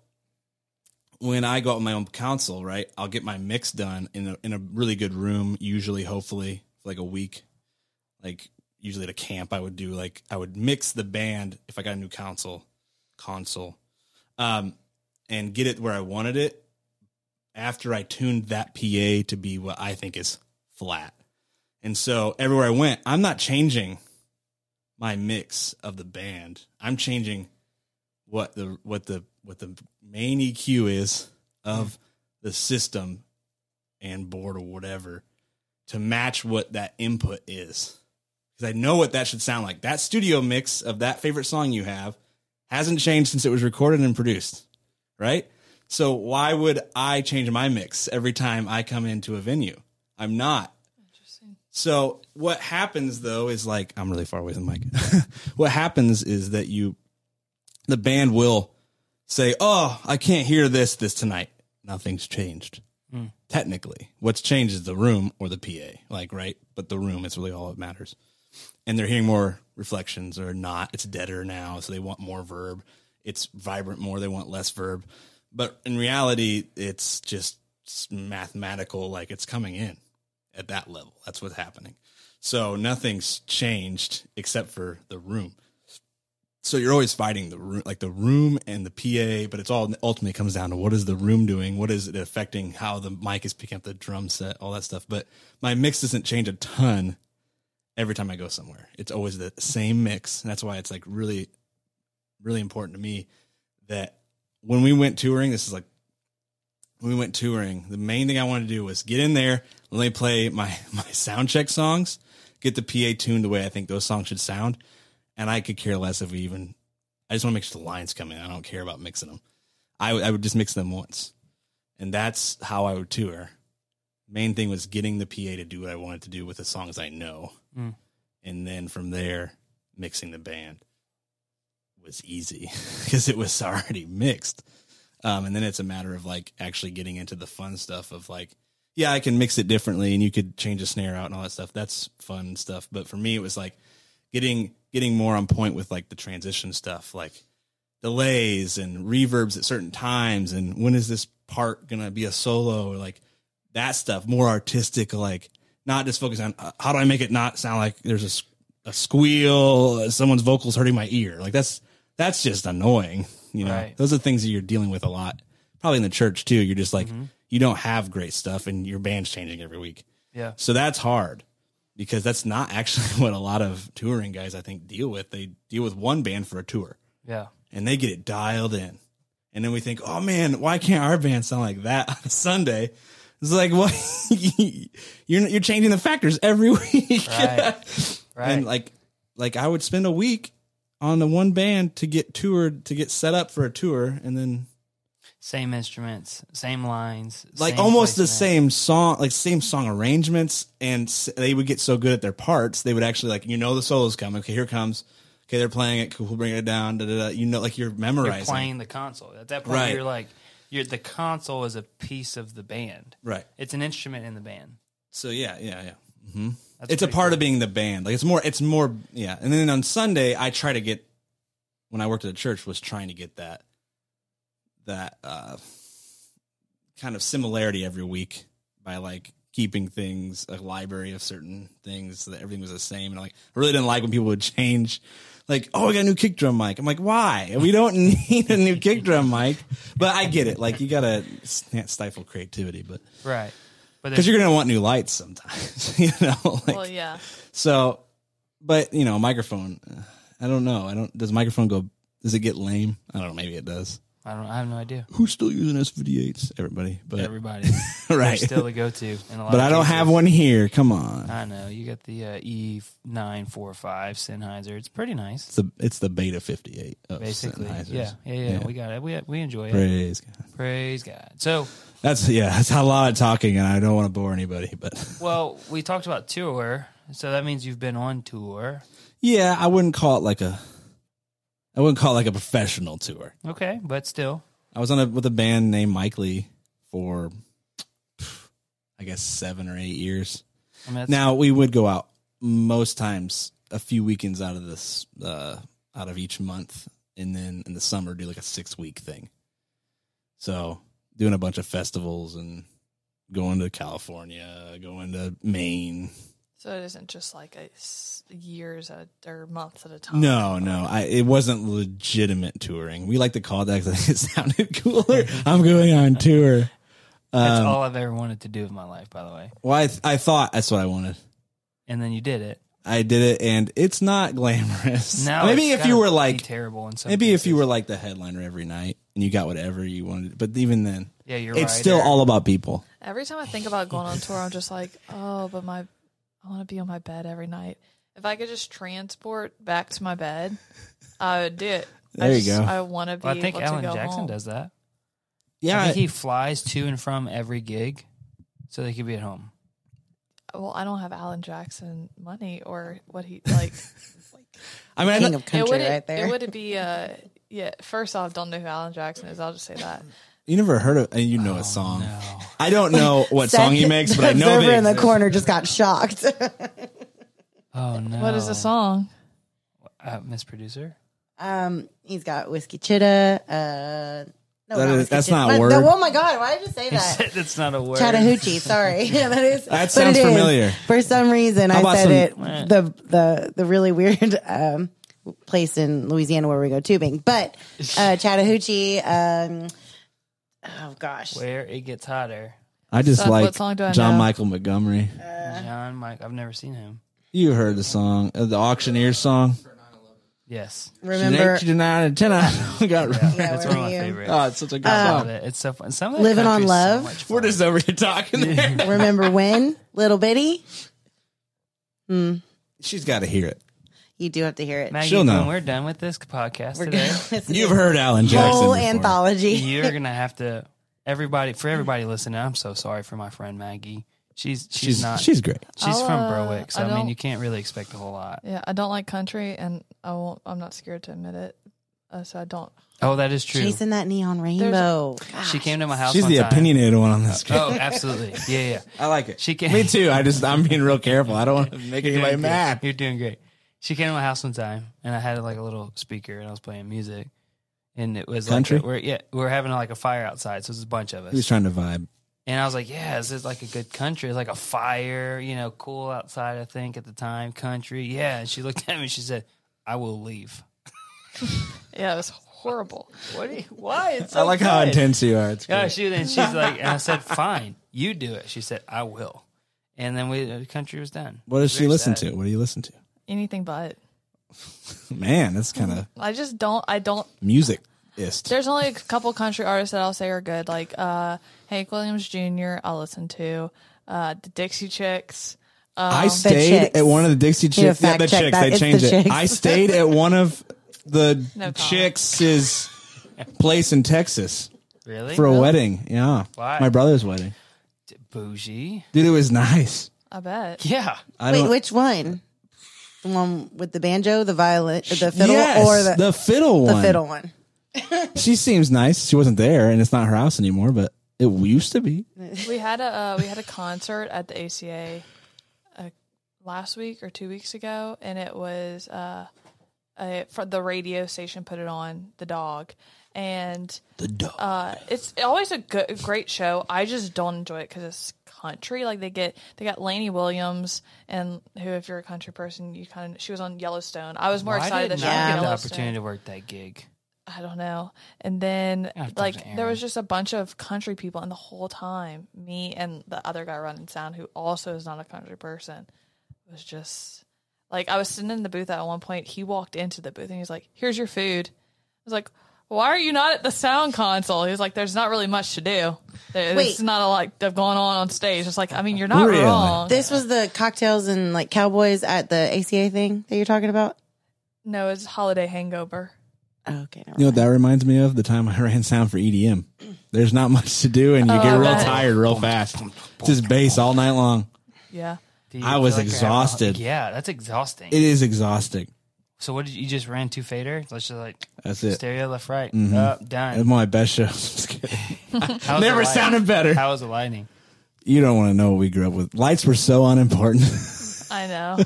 [SPEAKER 4] when I go out with my own counsel, right, I'll get my mix done in a, in a really good room, usually, hopefully, for like a week. Like, usually at a camp, I would do like, I would mix the band if I got a new counsel, console, um, and get it where I wanted it after I tuned that PA to be what I think is flat. And so everywhere I went, I'm not changing my mix of the band. I'm changing what the what the what the main EQ is of the system and board or whatever to match what that input is. Because I know what that should sound like. That studio mix of that favorite song you have hasn't changed since it was recorded and produced, right? So why would I change my mix every time I come into a venue? I'm not. So what happens though is like I'm really far away from the mic. [laughs] what happens is that you the band will say, "Oh, I can't hear this this tonight." Nothing's changed. Technically, what's changed is the room or the PA, like right, but the room is really all that matters. And they're hearing more reflections or not. It's deader now, so they want more verb. It's vibrant more. They want less verb. But in reality, it's just mathematical. Like it's coming in at that level. That's what's happening. So nothing's changed except for the room so you're always fighting the room, like the room and the PA, but it's all ultimately comes down to what is the room doing? What is it affecting how the mic is picking up the drum set, all that stuff. But my mix doesn't change a ton every time I go somewhere. It's always the same mix. And that's why it's like really, really important to me that when we went touring, this is like when we went touring, the main thing I wanted to do was get in there, let me play my [laughs] my sound check songs, get the PA tuned the way I think those songs should sound, and I could care less if we even. I just want to make sure the lines come in. I don't care about mixing them. I would- I would just mix them once, and that's how I would tour. Main thing was getting the PA to do what I wanted to do with the songs I know,
[SPEAKER 2] Mm.
[SPEAKER 4] and then from there, mixing the band was easy [laughs] because it was already mixed. Um, and then it's a matter of like actually getting into the fun stuff of like, yeah, I can mix it differently and you could change a snare out and all that stuff. That's fun stuff. But for me, it was like getting getting more on point with like the transition stuff, like delays and reverbs at certain times and when is this part gonna be a solo or like that stuff, more artistic, like not just focus on uh, how do I make it not sound like there's a, s- a squeal, uh, someone's vocals hurting my ear. Like that's that's just annoying. You know,
[SPEAKER 2] Right.
[SPEAKER 4] those are things that you're dealing with a lot, probably in the church too. You're just
[SPEAKER 2] Mm-hmm.
[SPEAKER 4] like you don't have great stuff, and your band's changing every week.
[SPEAKER 2] Yeah.
[SPEAKER 4] So that's hard because that's not actually [laughs] what a lot of touring guys I think deal with. They deal with one band for a tour
[SPEAKER 2] Yeah.
[SPEAKER 4] and they get it dialed in. And then we think, oh man, why can't our band sound like that [laughs] on a Sunday? It's like, well, [laughs] you're you're changing the factors every [laughs] week,
[SPEAKER 2] Right. Right.
[SPEAKER 4] And like, like I would spend a week on the one band to get toured, to get set up for a tour, and then
[SPEAKER 2] same instruments, same lines,
[SPEAKER 4] like
[SPEAKER 2] same
[SPEAKER 4] almost the
[SPEAKER 2] placement.
[SPEAKER 4] same song, like same song arrangements, and s- they would get so good at their parts, they would actually like you know the solo's coming. Okay, here it comes. Okay, they're playing it. Cool, we'll bring it down. Da, da, da. You know, like you're
[SPEAKER 2] You're
[SPEAKER 4] memorizing,
[SPEAKER 2] playing the console. At that point,
[SPEAKER 4] Right.
[SPEAKER 2] you're like, you're the console is a piece of the band.
[SPEAKER 4] right?
[SPEAKER 2] It's an instrument in the band.
[SPEAKER 4] So yeah, yeah, yeah. hmm
[SPEAKER 2] That's
[SPEAKER 4] It's a
[SPEAKER 2] pretty
[SPEAKER 4] part
[SPEAKER 2] cool.
[SPEAKER 4] of being the band. Like it's more, it's more, yeah. And then on Sunday, I try to get when I worked at the church was trying to get that that uh, kind of similarity every week by like keeping things a library of certain things so that everything was the same. And like I really didn't like when people would change. Like, oh, I got a new kick drum mic. I'm like, why? We don't [laughs] need a new kick drum mic. But I get it. Like, you gotta can't stifle creativity. But
[SPEAKER 2] Right. But
[SPEAKER 4] because
[SPEAKER 2] there's,
[SPEAKER 4] you're gonna want new lights sometimes, [laughs] you know. Like,
[SPEAKER 3] well, yeah.
[SPEAKER 4] So, but you know, microphone. uh, I don't know. I don't. Does microphone go? Does it get lame? I don't know. Maybe it does.
[SPEAKER 2] I don't. I have no idea.
[SPEAKER 4] Who's still using SVD8s? Everybody, but
[SPEAKER 2] Everybody,
[SPEAKER 4] [laughs]
[SPEAKER 2] They're
[SPEAKER 4] right.
[SPEAKER 2] still the go-to. In a lot
[SPEAKER 4] but
[SPEAKER 2] of
[SPEAKER 4] I don't
[SPEAKER 2] cases. Uh,
[SPEAKER 4] have one here. Come on.
[SPEAKER 2] I know you got the uh, E nine four five Sennheiser. It's pretty nice.
[SPEAKER 4] It's the it's the Beta 58. Of
[SPEAKER 2] Basically,
[SPEAKER 4] Sennheisers.
[SPEAKER 2] yeah, yeah, yeah, We got it. We we enjoy it.
[SPEAKER 4] Praise God.
[SPEAKER 2] Praise God. So,
[SPEAKER 4] That's yeah. That's a lot of talking, and I don't want to bore anybody. But
[SPEAKER 2] well, we talked about tour, so that means you've been on tour.
[SPEAKER 4] [laughs] yeah, I wouldn't call it like a. I wouldn't call it like a professional tour.
[SPEAKER 2] Okay, but still,
[SPEAKER 4] I was on a with a band named Mike Lee for I guess seven or eight years.
[SPEAKER 2] I mean, that's,
[SPEAKER 4] Now we would go out most times a few weekends out of this uh out of each month and then in the summer do like a six week thing. So doing a bunch of festivals and going to California, going to Maine.
[SPEAKER 3] So it isn't just like a s- years at a, or months at a time.
[SPEAKER 4] No, no, I it wasn't legitimate touring. We like to call that because it [laughs] sounded cooler. I'm going on tour.
[SPEAKER 2] that's
[SPEAKER 4] Um,
[SPEAKER 2] all I've ever wanted to do with my life, by the way.
[SPEAKER 4] well, I, th- I thought that's what I wanted.
[SPEAKER 2] And then you did it.
[SPEAKER 4] I did it, and it's not glamorous.
[SPEAKER 2] Now,
[SPEAKER 4] [laughs] maybe
[SPEAKER 2] it's
[SPEAKER 4] if
[SPEAKER 2] gotta
[SPEAKER 4] you were
[SPEAKER 2] be
[SPEAKER 4] like,
[SPEAKER 2] terrible, in some
[SPEAKER 4] maybe if
[SPEAKER 2] cases.
[SPEAKER 4] you were like the headliner every night and you got whatever you wanted, but even then,
[SPEAKER 2] yeah, you're
[SPEAKER 4] it's
[SPEAKER 2] right.
[SPEAKER 4] still
[SPEAKER 2] Eric.
[SPEAKER 4] all about people.
[SPEAKER 3] Every time I think about going on tour, I'm just like, oh, but my, I want to be on my bed every night. If I could just transport back to my bed, I would do it. I
[SPEAKER 4] There you
[SPEAKER 3] just-
[SPEAKER 4] go.
[SPEAKER 3] I want to be.
[SPEAKER 2] Well, I think
[SPEAKER 3] able
[SPEAKER 2] Alan
[SPEAKER 3] to go
[SPEAKER 2] Jackson
[SPEAKER 3] home.
[SPEAKER 2] does that. I
[SPEAKER 4] Yeah,
[SPEAKER 2] think he flies to and from every gig, so they could be at home.
[SPEAKER 3] Well, I don't have Alan Jackson money or what he
[SPEAKER 4] [laughs]
[SPEAKER 3] like.
[SPEAKER 4] I mean, I
[SPEAKER 1] King
[SPEAKER 4] don't-
[SPEAKER 1] of country
[SPEAKER 3] it would
[SPEAKER 1] right there.
[SPEAKER 2] [laughs]
[SPEAKER 3] It would be uh yeah. First off, don't know who Alan Jackson is. I'll just say that.
[SPEAKER 4] You never heard of? and You
[SPEAKER 1] Oh,
[SPEAKER 4] know a song. I don't
[SPEAKER 1] [laughs]
[SPEAKER 4] know what song he makes, but I
[SPEAKER 1] the
[SPEAKER 4] know
[SPEAKER 1] observer
[SPEAKER 4] they
[SPEAKER 1] in the
[SPEAKER 4] exist.
[SPEAKER 1] corner just got shocked.
[SPEAKER 2] Oh no!
[SPEAKER 3] What is the song?
[SPEAKER 2] uh, Miss
[SPEAKER 1] [laughs]
[SPEAKER 2] Producer?
[SPEAKER 1] um, he's got whiskey chitta. Uh, no,
[SPEAKER 4] That
[SPEAKER 1] not
[SPEAKER 4] is-
[SPEAKER 1] Whiskey
[SPEAKER 4] that's
[SPEAKER 1] Chitta.
[SPEAKER 4] not a
[SPEAKER 1] What-
[SPEAKER 4] word.
[SPEAKER 1] no, oh my god! Why did
[SPEAKER 2] [laughs]
[SPEAKER 1] I just say that?
[SPEAKER 2] That's not a word.
[SPEAKER 1] Chattahoochee.
[SPEAKER 2] [laughs]
[SPEAKER 1] Sorry, [laughs] yeah, that is. but
[SPEAKER 4] sounds
[SPEAKER 1] it is.
[SPEAKER 4] familiar.
[SPEAKER 1] For some reason, I
[SPEAKER 4] about
[SPEAKER 1] said
[SPEAKER 4] some-
[SPEAKER 1] it. The the the really weird [laughs] um, place in Louisiana where we go tubing, but
[SPEAKER 2] [laughs]
[SPEAKER 1] uh, Chattahoochee. Um, oh gosh,
[SPEAKER 2] Where it gets hotter.
[SPEAKER 4] I just
[SPEAKER 3] Son, what
[SPEAKER 4] like
[SPEAKER 3] song do I
[SPEAKER 4] John
[SPEAKER 3] know?
[SPEAKER 4] Michael Montgomery.
[SPEAKER 1] Uh.
[SPEAKER 2] John Mike. I've never seen him.
[SPEAKER 4] You heard the song, uh, the auctioneer song.
[SPEAKER 2] Yes,
[SPEAKER 1] remember
[SPEAKER 4] She's an eight, she's a nine, and ten. I [laughs] got
[SPEAKER 1] Yeah, Uh,
[SPEAKER 2] that's one of
[SPEAKER 1] where
[SPEAKER 2] my
[SPEAKER 1] are you?
[SPEAKER 2] favorites.
[SPEAKER 4] Oh, it's such a good
[SPEAKER 2] I
[SPEAKER 4] song.
[SPEAKER 2] love it. It's so fun. Some of that
[SPEAKER 1] Living on
[SPEAKER 2] country's
[SPEAKER 1] Love?
[SPEAKER 2] So much fun.
[SPEAKER 4] We're just [laughs] over here
[SPEAKER 5] [laughs]
[SPEAKER 4] talking.
[SPEAKER 2] [laughs]
[SPEAKER 4] There.
[SPEAKER 1] remember when little bitty.
[SPEAKER 4] She's got to hear it.
[SPEAKER 1] You do have to hear it.
[SPEAKER 2] Maggie,
[SPEAKER 4] She'll know.
[SPEAKER 2] when we're done with this podcast
[SPEAKER 1] We're
[SPEAKER 2] today,
[SPEAKER 1] gonna [laughs] listen
[SPEAKER 4] You've
[SPEAKER 1] to
[SPEAKER 4] heard Alan
[SPEAKER 1] the
[SPEAKER 4] Jackson.
[SPEAKER 1] whole
[SPEAKER 4] before.
[SPEAKER 1] anthology.
[SPEAKER 3] [laughs]
[SPEAKER 2] you're gonna have to. Everybody, for everybody listening, I'm so sorry for my friend Maggie. She's she's,
[SPEAKER 4] She's
[SPEAKER 2] not.
[SPEAKER 4] she's great.
[SPEAKER 2] she's
[SPEAKER 3] I'll,
[SPEAKER 2] from
[SPEAKER 3] uh,
[SPEAKER 2] Berwick, so
[SPEAKER 3] I
[SPEAKER 2] I, mean,
[SPEAKER 3] don't-
[SPEAKER 2] you can't really expect a whole lot.
[SPEAKER 3] Yeah, I don't like country, and I won't. I'm not scared to admit it. Uh, so I don't.
[SPEAKER 2] Oh, that is true.
[SPEAKER 1] Chasing that neon rainbow.
[SPEAKER 2] She came to my house.
[SPEAKER 4] She's
[SPEAKER 2] one
[SPEAKER 4] the
[SPEAKER 2] time.
[SPEAKER 4] opinionated one on this.
[SPEAKER 2] Oh, absolutely. Yeah, yeah.
[SPEAKER 4] I like it.
[SPEAKER 2] She came.
[SPEAKER 4] [laughs]
[SPEAKER 2] [laughs]
[SPEAKER 4] Me too. I just I'm being real careful. I don't
[SPEAKER 1] [laughs]
[SPEAKER 4] want to make
[SPEAKER 2] You're
[SPEAKER 4] anybody
[SPEAKER 2] doing good.
[SPEAKER 4] mad.
[SPEAKER 2] You're doing great. She came to my house one time, and I had like a little speaker, and I was playing music, and it was
[SPEAKER 4] Country?
[SPEAKER 2] Like a, we're yeah, we we're having like a fire outside, so it's a bunch of us.
[SPEAKER 4] He was trying to vibe.
[SPEAKER 2] And I was like, yeah, this is like a good country. It's like a fire, you know, cool outside, I think, at the time, country. Yeah. And she looked at me and she said, I will leave.
[SPEAKER 3] Yeah, it was horrible.
[SPEAKER 2] What? Are you, why? It's
[SPEAKER 4] I like how intense you are. It's great.
[SPEAKER 2] Yeah, she, and she's like, and I said, fine, you do it. She said, I will. And then we, the country was done.
[SPEAKER 4] what does she listen to? What do you listen to?
[SPEAKER 3] Anything but.
[SPEAKER 4] Man, that's kind of
[SPEAKER 3] I just don't. I don't.
[SPEAKER 4] music ist.
[SPEAKER 3] There's only a couple country artists that I'll say are good, like uh, Hank Williams Jr. I'll listen to uh, the Dixie Chicks.
[SPEAKER 4] I
[SPEAKER 1] Chicks.
[SPEAKER 4] stayed at one of the Dixie
[SPEAKER 1] need to
[SPEAKER 4] Chicks. Yeah,
[SPEAKER 1] fact
[SPEAKER 4] the
[SPEAKER 1] check
[SPEAKER 4] chicks.
[SPEAKER 1] that.
[SPEAKER 4] They
[SPEAKER 1] It's the
[SPEAKER 4] changed it.
[SPEAKER 1] Chicks.
[SPEAKER 4] I stayed at one of the
[SPEAKER 3] No comment.
[SPEAKER 4] Chicks' place in Texas
[SPEAKER 2] Really?
[SPEAKER 4] for a wedding. Yeah,
[SPEAKER 2] Why?
[SPEAKER 4] my brother's wedding.
[SPEAKER 2] Bougie.
[SPEAKER 4] Dude, it was nice.
[SPEAKER 3] I bet.
[SPEAKER 2] Yeah.
[SPEAKER 4] I
[SPEAKER 1] Wait,
[SPEAKER 4] don't-
[SPEAKER 1] which one? The one with the banjo, the violin, the fiddle,
[SPEAKER 4] Yes,
[SPEAKER 1] or the,
[SPEAKER 4] the fiddle
[SPEAKER 1] the
[SPEAKER 4] one.
[SPEAKER 1] fiddle one?
[SPEAKER 4] She seems nice. She wasn't there, and it's not her house anymore, but it used to be.
[SPEAKER 3] We had a uh, we had a concert at the ACA uh, last week or two weeks ago, and it was uh, a, for the radio station put it on the dog, and
[SPEAKER 4] The dog.
[SPEAKER 3] uh, it's always a good, great show. I just don't enjoy it because it's country. Like they get they got Lainey Williams, and who if you're a country person, you kind of she was on Yellowstone. I was more
[SPEAKER 2] Why
[SPEAKER 3] excited that
[SPEAKER 2] didn't I
[SPEAKER 3] she was on
[SPEAKER 2] get the
[SPEAKER 3] Yellowstone.
[SPEAKER 2] opportunity to work that gig?
[SPEAKER 3] I don't know. And then
[SPEAKER 2] have to talk to
[SPEAKER 3] like there
[SPEAKER 2] Aaron.
[SPEAKER 3] was just a bunch of country people and the whole time me and the other guy running sound who also is not a country person was just like I was sitting in the booth at one point he walked into the booth and he's like here's your food. I was like why are you not at the sound console? He was like there's not really much to do. There- There's
[SPEAKER 1] Wait.
[SPEAKER 3] not a lot of going on on stage. It's like I mean you're not
[SPEAKER 4] Really?
[SPEAKER 3] wrong.
[SPEAKER 1] This was the cocktails and like cowboys at the ACA thing that you're talking about.
[SPEAKER 3] no, it's holiday hangover.
[SPEAKER 1] Oh, okay, never
[SPEAKER 4] You know
[SPEAKER 1] mind.
[SPEAKER 4] what that reminds me of? The time I ran sound for EDM. There's not much to do, and you get real
[SPEAKER 3] that-
[SPEAKER 4] tired real fast. Just bass all night long.
[SPEAKER 3] Yeah.
[SPEAKER 2] Do you
[SPEAKER 4] I
[SPEAKER 2] feel
[SPEAKER 4] was
[SPEAKER 2] like you're having a-
[SPEAKER 4] exhausted.
[SPEAKER 2] yeah, that's exhausting.
[SPEAKER 4] It is exhausting.
[SPEAKER 2] so what did you, you just ran two fader? Let's just like
[SPEAKER 4] That's it.
[SPEAKER 2] stereo left right
[SPEAKER 4] Mm-hmm.
[SPEAKER 2] up
[SPEAKER 4] It's
[SPEAKER 2] done.
[SPEAKER 4] one of my best [laughs] shows. Just kidding.
[SPEAKER 2] How's the
[SPEAKER 4] Never
[SPEAKER 2] light?
[SPEAKER 4] sounded better.
[SPEAKER 2] How was the lighting?
[SPEAKER 4] You don't want to know what we grew up with. Lights were so unimportant. [laughs]
[SPEAKER 1] [laughs]
[SPEAKER 3] I know.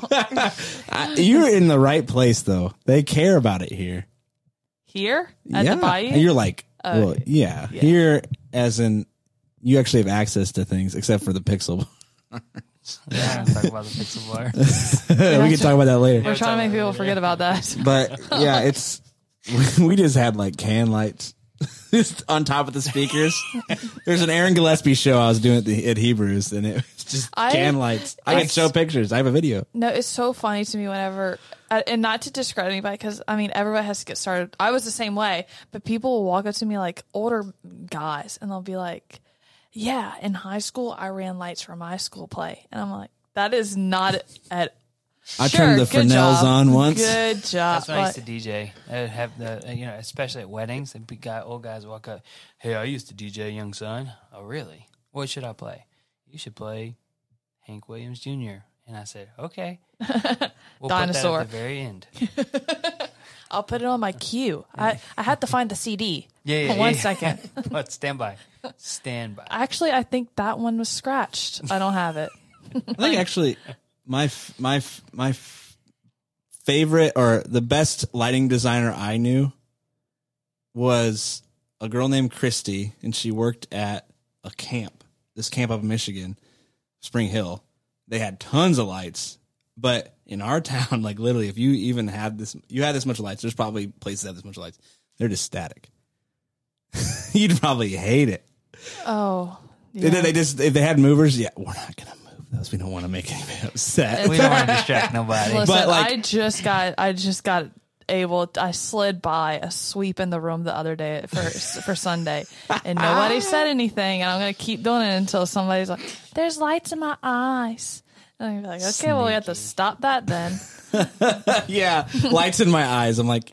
[SPEAKER 4] I- You're in the right place, though. They care about it here.
[SPEAKER 3] Here at
[SPEAKER 4] yeah.
[SPEAKER 3] the bayou.
[SPEAKER 4] And you're like, well, yeah. Here, as in, you actually have access to things except for the Pixel.
[SPEAKER 2] Yeah, I'm gonna talk about the pixel
[SPEAKER 3] [laughs]
[SPEAKER 2] bar.
[SPEAKER 4] we can talk about that later.
[SPEAKER 3] We're trying to make people forget about that.
[SPEAKER 4] But yeah, it's [laughs] we just had like can lights [laughs] just on top of the speakers. There's an Aaron Gillespie show I was doing at, the, at Hebrews, and it was just
[SPEAKER 3] I-
[SPEAKER 4] can lights. I can
[SPEAKER 3] it's-
[SPEAKER 4] show pictures. I have a video.
[SPEAKER 3] No, it's so funny to me whenever, uh, and not to discredit anybody, because I mean everybody has to get started. I was the same way, but people will walk up to me like older guys, and they'll be like, "Yeah, in high school I ran lights for my school play," and I'm like, "That is not at."
[SPEAKER 4] I
[SPEAKER 3] Sure,
[SPEAKER 4] turned the
[SPEAKER 3] good
[SPEAKER 4] Fresnels
[SPEAKER 3] job.
[SPEAKER 4] on once.
[SPEAKER 3] Good job.
[SPEAKER 2] That's when I used to
[SPEAKER 3] Like,
[SPEAKER 2] DJ. I'd have the uh, you know, especially at weddings, and guy old guys walk up. Hey, I used to DJ, young son. Oh, really? What should I play? You should play Hank Williams
[SPEAKER 3] [laughs]
[SPEAKER 2] Jr. And I said, okay. We'll put that at
[SPEAKER 3] Dinosaur.
[SPEAKER 2] the very end.
[SPEAKER 3] I'll put it on my queue. I, I had to find the CD.
[SPEAKER 2] Yeah, yeah,
[SPEAKER 3] For [laughs] one
[SPEAKER 2] yeah. [laughs]
[SPEAKER 3] second.
[SPEAKER 2] What? Stand by. Stand
[SPEAKER 3] [laughs]
[SPEAKER 2] by.
[SPEAKER 3] Actually, I think that one was scratched. I don't have it.
[SPEAKER 4] I think actually my f- my f- my f- favorite or the best lighting designer I knew was a girl named Christy, and she worked at a camp. This camp up in Michigan, Spring Hill. They had tons of lights, but in our [laughs] town, like literally, if you even had this, you had this much lights. There's probably places that have this much lights. They're just static. [laughs] You'd probably hate it.
[SPEAKER 3] Oh.
[SPEAKER 4] They-
[SPEAKER 3] yeah.
[SPEAKER 4] They, just if they had movers, yeah, we're not gonna move those. We don't want to make anybody [laughs] upset.
[SPEAKER 2] We don't want to distract nobody.
[SPEAKER 3] Listen,
[SPEAKER 4] But, like-
[SPEAKER 3] I just got I just got able I slid by a sweep in the room the other day for for Sunday and
[SPEAKER 4] [laughs]
[SPEAKER 3] nobody said anything and I'm gonna keep doing it until somebody's like, There's lights in my eyes. And I'm like, okay, well we have to stop that then.
[SPEAKER 4] yeah, lights in my eyes. I'm like,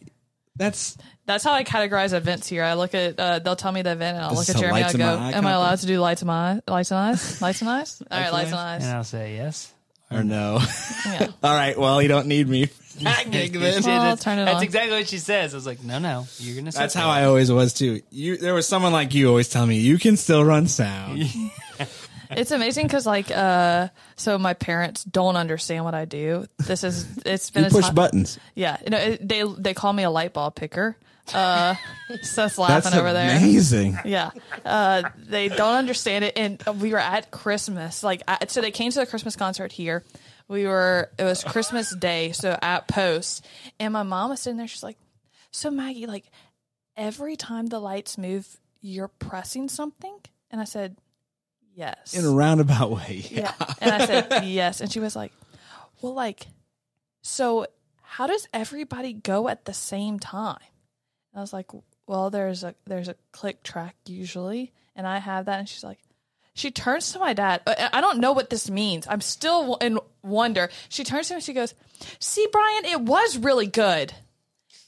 [SPEAKER 4] that's
[SPEAKER 3] That's how I categorize events here. I look at uh, they'll tell me the event and I'll
[SPEAKER 4] Is
[SPEAKER 3] look
[SPEAKER 4] this
[SPEAKER 3] at
[SPEAKER 4] a
[SPEAKER 3] Jeremy
[SPEAKER 4] lights
[SPEAKER 3] and I'll
[SPEAKER 4] in
[SPEAKER 3] go,
[SPEAKER 4] my eye
[SPEAKER 3] Am I
[SPEAKER 4] kind of
[SPEAKER 3] allowed to do lights in my eye- lights and eyes? Lights and
[SPEAKER 4] [laughs]
[SPEAKER 3] eyes? All right, lights and eyes.
[SPEAKER 2] And I'll say yes.
[SPEAKER 4] or no. [laughs]
[SPEAKER 3] Yeah.
[SPEAKER 4] All right, well, you don't need me. [laughs] for that gig
[SPEAKER 2] Yeah,
[SPEAKER 4] then.
[SPEAKER 2] that's-
[SPEAKER 3] I'll
[SPEAKER 2] that's,
[SPEAKER 3] turn it on.
[SPEAKER 2] exactly what she says. I was like, no, no, you're gonna. sit
[SPEAKER 4] That's
[SPEAKER 2] there.
[SPEAKER 4] how I always was too. You, there was someone like you always telling me you can still run sound. [laughs]
[SPEAKER 3] It's amazing because like uh, so my parents don't understand what I do. This is it's been
[SPEAKER 4] You
[SPEAKER 3] a
[SPEAKER 4] push
[SPEAKER 3] ti-
[SPEAKER 4] buttons.
[SPEAKER 3] Yeah, you know it, they they call me a light bulb picker.
[SPEAKER 4] [laughs]
[SPEAKER 3] Uh, Seth's
[SPEAKER 4] That's
[SPEAKER 3] laughing over there.
[SPEAKER 4] amazing.
[SPEAKER 3] Yeah, uh, they don't understand it. And we were at Christmas, like I, so they came to the Christmas concert here. We were it was Christmas Day, so at Post, and my mom was sitting there. She's like, "So Maggie, like every time the lights move, you're pressing something." And I said, "Yes."
[SPEAKER 4] In a roundabout way.
[SPEAKER 3] Yeah. And I said, yes. And she was like, well, like, so how does everybody go at the same time? And I was like, well, there's a, there's a click track usually. And I have that. And she's like, she turns to my dad. I I don't know what this means. I'm still in wonder. She turns to him and she goes, see, Brian, it was really good.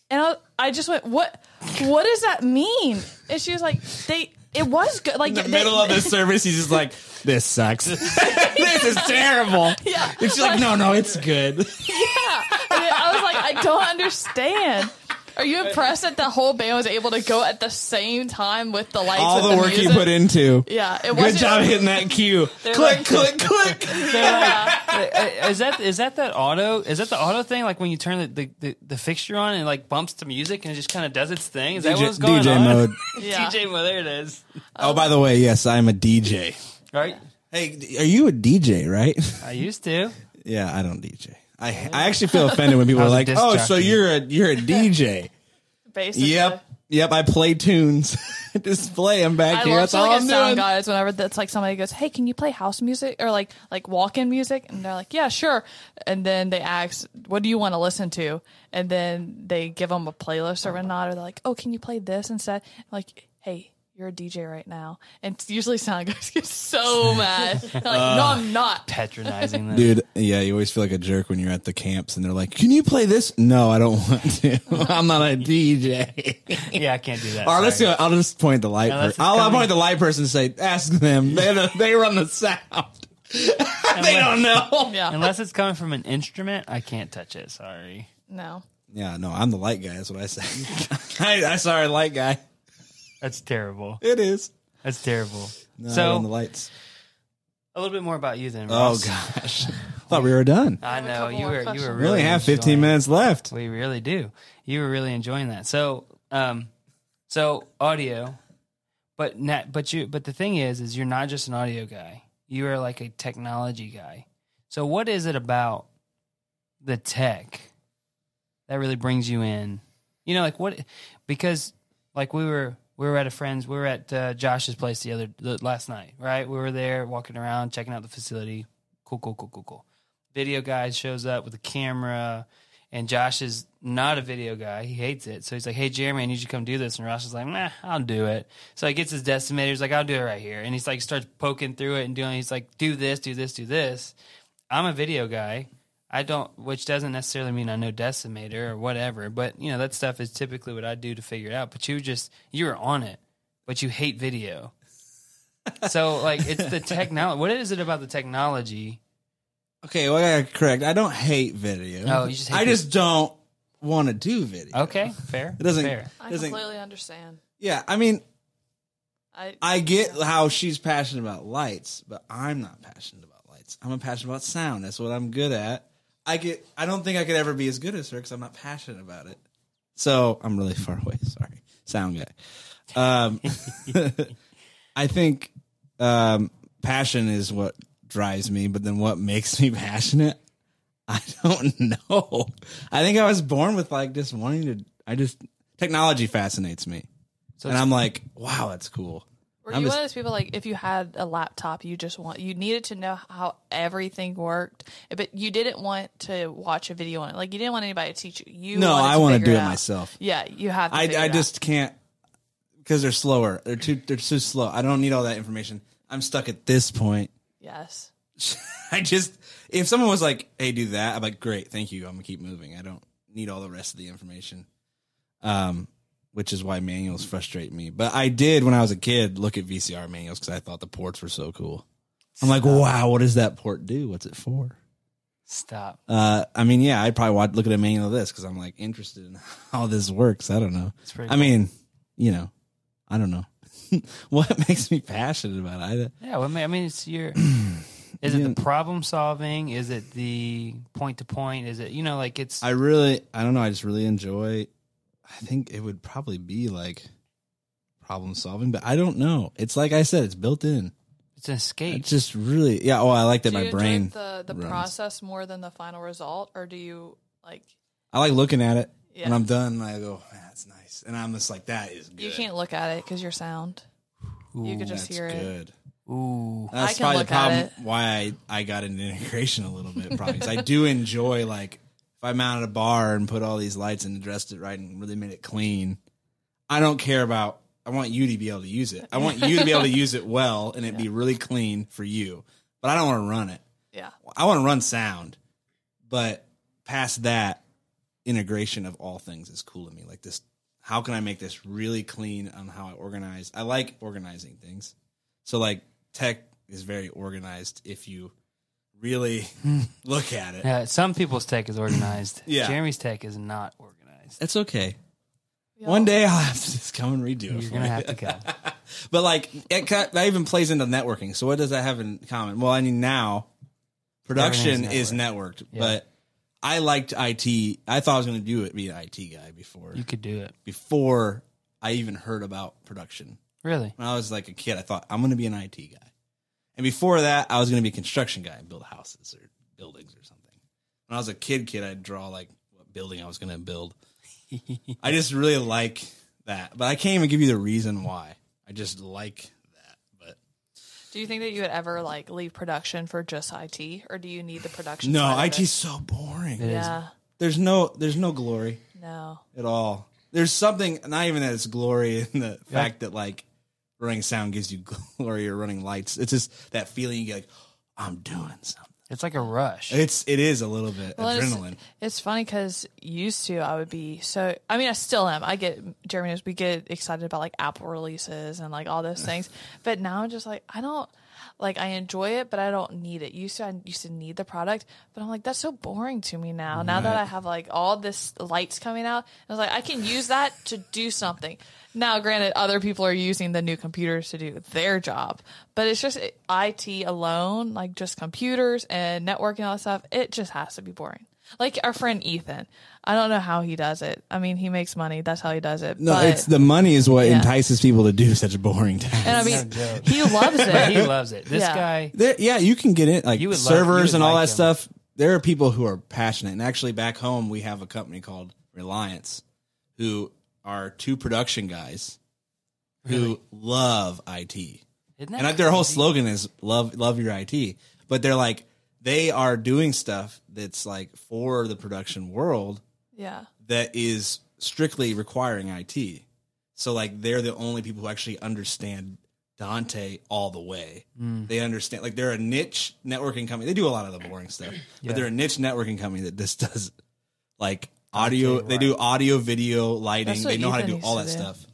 [SPEAKER 3] And I, I just went, what, what does that mean? And she was like, they, it was good. Like
[SPEAKER 4] In the
[SPEAKER 3] they-
[SPEAKER 4] middle [laughs] of the service, he's just like, "This [laughs] sucks. this is terrible." [laughs]
[SPEAKER 3] Yeah.
[SPEAKER 4] And she's like, "No, no, it's good."
[SPEAKER 3] And then I was like, I don't understand. Are you impressed that the whole band was able to go at the same time with the lights?
[SPEAKER 4] All
[SPEAKER 3] with
[SPEAKER 4] the work
[SPEAKER 3] music?
[SPEAKER 4] you put into.
[SPEAKER 3] Yeah, it
[SPEAKER 4] Good
[SPEAKER 3] wasn't-
[SPEAKER 4] job hitting that cue. Click,
[SPEAKER 3] like- [laughs]
[SPEAKER 4] click, click.
[SPEAKER 3] Yeah.
[SPEAKER 2] Uh, Is that is that that auto? Is that the auto thing? Like when you turn the the, the, the fixture on and it like bumps to music and it just kind of does its thing. Is that what's going
[SPEAKER 4] DJ
[SPEAKER 2] on? [laughs]
[SPEAKER 4] mode.
[SPEAKER 3] Yeah.
[SPEAKER 2] DJ mode. There it is.
[SPEAKER 4] Oh, by the way, yes, I'm a DJ.
[SPEAKER 2] Right.
[SPEAKER 4] Hey, d- are you a DJ, right?
[SPEAKER 2] I used to.
[SPEAKER 4] [laughs] yeah, I don't DJ. I I actually feel offended when people are
[SPEAKER 2] was a
[SPEAKER 4] like,
[SPEAKER 2] disc
[SPEAKER 4] "Oh, so
[SPEAKER 2] jockey."
[SPEAKER 4] you're a you're [laughs] a DJ."
[SPEAKER 3] Basically.
[SPEAKER 4] yep. Yep, I play tunes. [laughs] Just play them back
[SPEAKER 3] I
[SPEAKER 4] here.
[SPEAKER 3] love
[SPEAKER 4] That's
[SPEAKER 3] to
[SPEAKER 4] all
[SPEAKER 3] look at
[SPEAKER 4] I'm
[SPEAKER 3] sound
[SPEAKER 4] doing.
[SPEAKER 3] guys whenever that's like somebody goes, "Hey, can you play house music or like like walk-in music?" And they're like, "Yeah, sure." And then they ask, "What do you want to listen to?" And then they give them a playlist or whatnot, or they're like, "Oh, can you play this instead?" like, "Hey." You're a DJ right now, and [laughs] usually sound guys get so mad. They're like,
[SPEAKER 4] Uh,
[SPEAKER 3] no, I'm not.
[SPEAKER 2] Patronizing them.
[SPEAKER 4] Dude, yeah, you always feel like a jerk when you're at the camps and they're like, "Can you play this?" No, I don't [laughs] want to. I'm not a DJ.
[SPEAKER 2] Yeah, I can't do that.
[SPEAKER 4] Or let's
[SPEAKER 2] sorry.
[SPEAKER 4] go. I'll just point the light.
[SPEAKER 2] Unless
[SPEAKER 4] Per-
[SPEAKER 2] it's
[SPEAKER 4] I'll, I'll
[SPEAKER 2] coming-
[SPEAKER 4] point the light person. and Say, ask [laughs] them. They the, they run the sound. they don't [laughs] know.
[SPEAKER 3] Yeah.
[SPEAKER 2] Unless it's coming from an instrument, I can't touch it. Sorry.
[SPEAKER 3] No.
[SPEAKER 4] Yeah, no, I'm the light guy. That's what I [laughs] say. I, I sorry, light guy.
[SPEAKER 2] That's terrible.
[SPEAKER 4] It is.
[SPEAKER 2] That's terrible.
[SPEAKER 4] No, I run the
[SPEAKER 2] so
[SPEAKER 4] lights.
[SPEAKER 2] a little bit more about you then.
[SPEAKER 4] Oh
[SPEAKER 2] Ross.
[SPEAKER 4] gosh, Oh, thought we were done.
[SPEAKER 2] I
[SPEAKER 3] have a
[SPEAKER 2] know
[SPEAKER 3] couple
[SPEAKER 2] you
[SPEAKER 3] more
[SPEAKER 2] were you
[SPEAKER 3] questions.
[SPEAKER 2] were
[SPEAKER 4] We
[SPEAKER 2] really
[SPEAKER 4] only have 15
[SPEAKER 2] enjoying-
[SPEAKER 4] minutes left.
[SPEAKER 2] We really do. You were really enjoying that. So, um, so audio, but not, but you, but the thing is, is you're not just an audio guy. You are like a technology guy. So, what is it about the tech that really brings you in? You know, like what? Because like we were, we were at a friend's, we were at uh, Josh's place the other the, last night, right? We were there walking around, checking out the facility. Cool, cool, cool, cool, cool. Video guy shows up with a camera and Josh is not a video guy. He hates it. So he's like, "Hey, Jeremy, I need you to come do this." And Ross is like, "Nah, I'll do it." So he gets his decimator. He's like, "I'll do it right here." And he's like, starts poking through it and doing. He's like, "Do this, do this, do this." I'm a video guy. I don't, which doesn't necessarily mean I know decimator or whatever. But you know that stuff is typically what I do to figure it out. But you just you were on it, but you hate video. so like, it's the technology. What is it about the technology?
[SPEAKER 4] Okay, well, I gotta correct. I don't hate video.
[SPEAKER 2] Oh, you just hate
[SPEAKER 4] I
[SPEAKER 2] the-
[SPEAKER 4] just don't want to do video.
[SPEAKER 2] Okay, fair.
[SPEAKER 4] It doesn't.
[SPEAKER 2] Fair.
[SPEAKER 3] I
[SPEAKER 4] doesn't-
[SPEAKER 3] completely understand.
[SPEAKER 4] Yeah, I mean,
[SPEAKER 3] I,
[SPEAKER 4] I get how she's passionate about lights, but I'm not passionate about lights. I'm passionate about sound. That's what I'm good at. I get. I don't think I could ever be as good as her because I'm not passionate about it. So I'm really far away. [laughs] Sorry, sound guy. Um, [laughs] I think um, passion is what drives me, but then what makes me [laughs] passionate, I don't know. I think I was born with like just wanting to. I just technology fascinates me, and I'm like, wow, that's cool.
[SPEAKER 3] were
[SPEAKER 4] I'm
[SPEAKER 3] you
[SPEAKER 4] just-
[SPEAKER 3] one of those people like if you had a laptop, you just want you needed to know how everything worked, but you didn't want to watch a video on it. Like you didn't want anybody to teach you. You
[SPEAKER 4] No,
[SPEAKER 3] wanted
[SPEAKER 4] I want to
[SPEAKER 3] figure
[SPEAKER 4] do it
[SPEAKER 3] out.
[SPEAKER 4] myself.
[SPEAKER 3] Yeah, you have. To
[SPEAKER 4] I,
[SPEAKER 3] figure
[SPEAKER 4] I
[SPEAKER 3] it out.
[SPEAKER 4] just can't because they're slower. They're too they're too slow. I don't need all that information. I'm stuck at this point.
[SPEAKER 3] yes.
[SPEAKER 4] [laughs] I just if someone was like, "Hey, do that," I'm like, "Great, thank you. I'm gonna keep moving. I don't need all the rest of the information." Um, which is why manuals frustrate me. But I did when I was a kid look at VCR manuals because I thought the ports were so cool. I'm like, "Wow, what does that port do? What's it for?"
[SPEAKER 2] Stop.
[SPEAKER 4] Uh, I mean, yeah, I'd probably watch, look at a manual of this because I'm like interested in [laughs] how this works. I don't know.
[SPEAKER 2] It's pretty
[SPEAKER 4] I mean, you know, I don't know [laughs] what makes me passionate about it.
[SPEAKER 2] Yeah, well, I mean- I mean, it's
[SPEAKER 4] [clears throat]
[SPEAKER 2] your. Is it the problem solving? Is it the point to point? Is it you know like it's
[SPEAKER 4] I, I really, I don't know. I just really enjoy. I think it would probably be like problem solving, but I don't know. It's like I said, it's built in.
[SPEAKER 2] it's an escape.
[SPEAKER 4] It's just really, yeah. Oh, I like that.
[SPEAKER 3] do you
[SPEAKER 4] my
[SPEAKER 3] enjoy
[SPEAKER 4] brain.
[SPEAKER 3] the the
[SPEAKER 4] runs.
[SPEAKER 3] process more than the final result, or do you like
[SPEAKER 4] I like looking at it when
[SPEAKER 3] Yeah.
[SPEAKER 4] I'm done. And I go, man, that's nice, and I'm just like, that is good.
[SPEAKER 3] you can't look at it because you're sound. you could just
[SPEAKER 4] That's
[SPEAKER 3] hear it.
[SPEAKER 4] good.
[SPEAKER 2] Ooh,
[SPEAKER 4] That's
[SPEAKER 3] I can
[SPEAKER 4] probably
[SPEAKER 3] look
[SPEAKER 4] the
[SPEAKER 3] at
[SPEAKER 4] problem
[SPEAKER 3] it.
[SPEAKER 4] why I, I got into [laughs] integration a little bit, probably. 'Cause I do enjoy, like, if I mounted a bar and put all these lights and dressed it right and really made it clean, I don't care about, I want you to be able to use it. I want you to be able to use it well and it be really clean for you, but I don't want to run it.
[SPEAKER 3] Yeah.
[SPEAKER 4] I want to run sound, but past that, integration of all things is cool to me. Like this, how can I make this really clean on how I organize? I like organizing things, so like tech is very organized if you really [laughs] look at it.
[SPEAKER 2] yeah. Some people's tech is organized.
[SPEAKER 4] [clears throat] Yeah.
[SPEAKER 2] Jeremy's tech is not organized.
[SPEAKER 4] It's okay.
[SPEAKER 3] We
[SPEAKER 4] One
[SPEAKER 3] all-
[SPEAKER 4] day I'll have to just come and redo it.
[SPEAKER 2] You're
[SPEAKER 4] for
[SPEAKER 2] gonna
[SPEAKER 4] you.
[SPEAKER 2] have to go.
[SPEAKER 4] [laughs] But like it, ki- that even plays into networking. So what does that have in common? Well, I mean now production
[SPEAKER 2] Everything's
[SPEAKER 4] is networked, but I liked IT. I thought I was going to do it be an IT guy before
[SPEAKER 2] You could do it.
[SPEAKER 4] before I even heard about production.
[SPEAKER 2] Really?
[SPEAKER 4] When I was like a kid, I thought I'm going to be an IT guy, and before that, I was going to be a construction guy and build houses or buildings or something. When I was a kid, kid, I'd draw like what building I was going to build. I just really like that, but I can't even give you the reason why. I just like that, but.
[SPEAKER 3] Do you think that you would ever like leave production for just IT, or do you need the production?
[SPEAKER 4] No,
[SPEAKER 3] side of
[SPEAKER 4] IT's so boring.
[SPEAKER 3] it? Yeah.
[SPEAKER 4] There's no there's no glory
[SPEAKER 3] No.
[SPEAKER 4] at all. There's something not even that it's glory in the fact that like running sound gives you [laughs] glory or running lights. It's just that feeling you get like I'm doing something.
[SPEAKER 2] It's like a rush.
[SPEAKER 4] It's it is a little bit
[SPEAKER 3] Well, it's-
[SPEAKER 4] adrenaline.
[SPEAKER 3] It's, funny because used to I would be so. I mean, I still am. I get Jeremy knows we get excited about like Apple releases and like all those things, but now I'm just like I don't like I enjoy it, but I don't need it. Used to I used to need the product, but I'm like that's so boring to me now. Now that I have like all this lights coming out, I was like I can use that to do something. Now, granted, other people are using the new computers to do their job, but it's just IT alone, like just computers and networking and all that stuff. It just has to be boring. Like our friend Ethan, I don't know how he does it. I mean, he makes money. That's how he does it.
[SPEAKER 4] No,
[SPEAKER 3] but,
[SPEAKER 4] it's the money is what
[SPEAKER 3] Yeah.
[SPEAKER 4] entices people to do [laughs] such boring
[SPEAKER 3] And I
[SPEAKER 4] tasks.
[SPEAKER 3] mean,
[SPEAKER 2] joke. [laughs]
[SPEAKER 3] he loves
[SPEAKER 2] But he
[SPEAKER 3] it.
[SPEAKER 2] loves it. This
[SPEAKER 3] Yeah.
[SPEAKER 2] guy.
[SPEAKER 4] There, yeah, you can get it like
[SPEAKER 2] You would love- you
[SPEAKER 4] servers
[SPEAKER 2] would
[SPEAKER 4] and all
[SPEAKER 2] like
[SPEAKER 4] that
[SPEAKER 2] them.
[SPEAKER 4] stuff. There are people who are passionate, and actually, back home we have a company called Reliance, who are two production guys who love IT,
[SPEAKER 2] Isn't
[SPEAKER 4] and
[SPEAKER 2] that
[SPEAKER 4] like, their whole slogan is "love love your IT." But they're like they are doing stuff that's like for the production world
[SPEAKER 3] yeah.
[SPEAKER 4] that is strictly requiring IT. So like they're the only people who actually understand Dante all the way.
[SPEAKER 2] Hmm.
[SPEAKER 4] They understand like they're a niche networking company. They do a lot of the boring stuff,
[SPEAKER 2] Yeah.
[SPEAKER 4] but they're a niche networking company that just [laughs] does like audio.
[SPEAKER 2] right.
[SPEAKER 4] They do audio, video, lighting.
[SPEAKER 3] That's what
[SPEAKER 4] They know how to
[SPEAKER 3] Ethan
[SPEAKER 4] do
[SPEAKER 3] used
[SPEAKER 4] all
[SPEAKER 3] to
[SPEAKER 4] that
[SPEAKER 3] do.
[SPEAKER 4] stuff.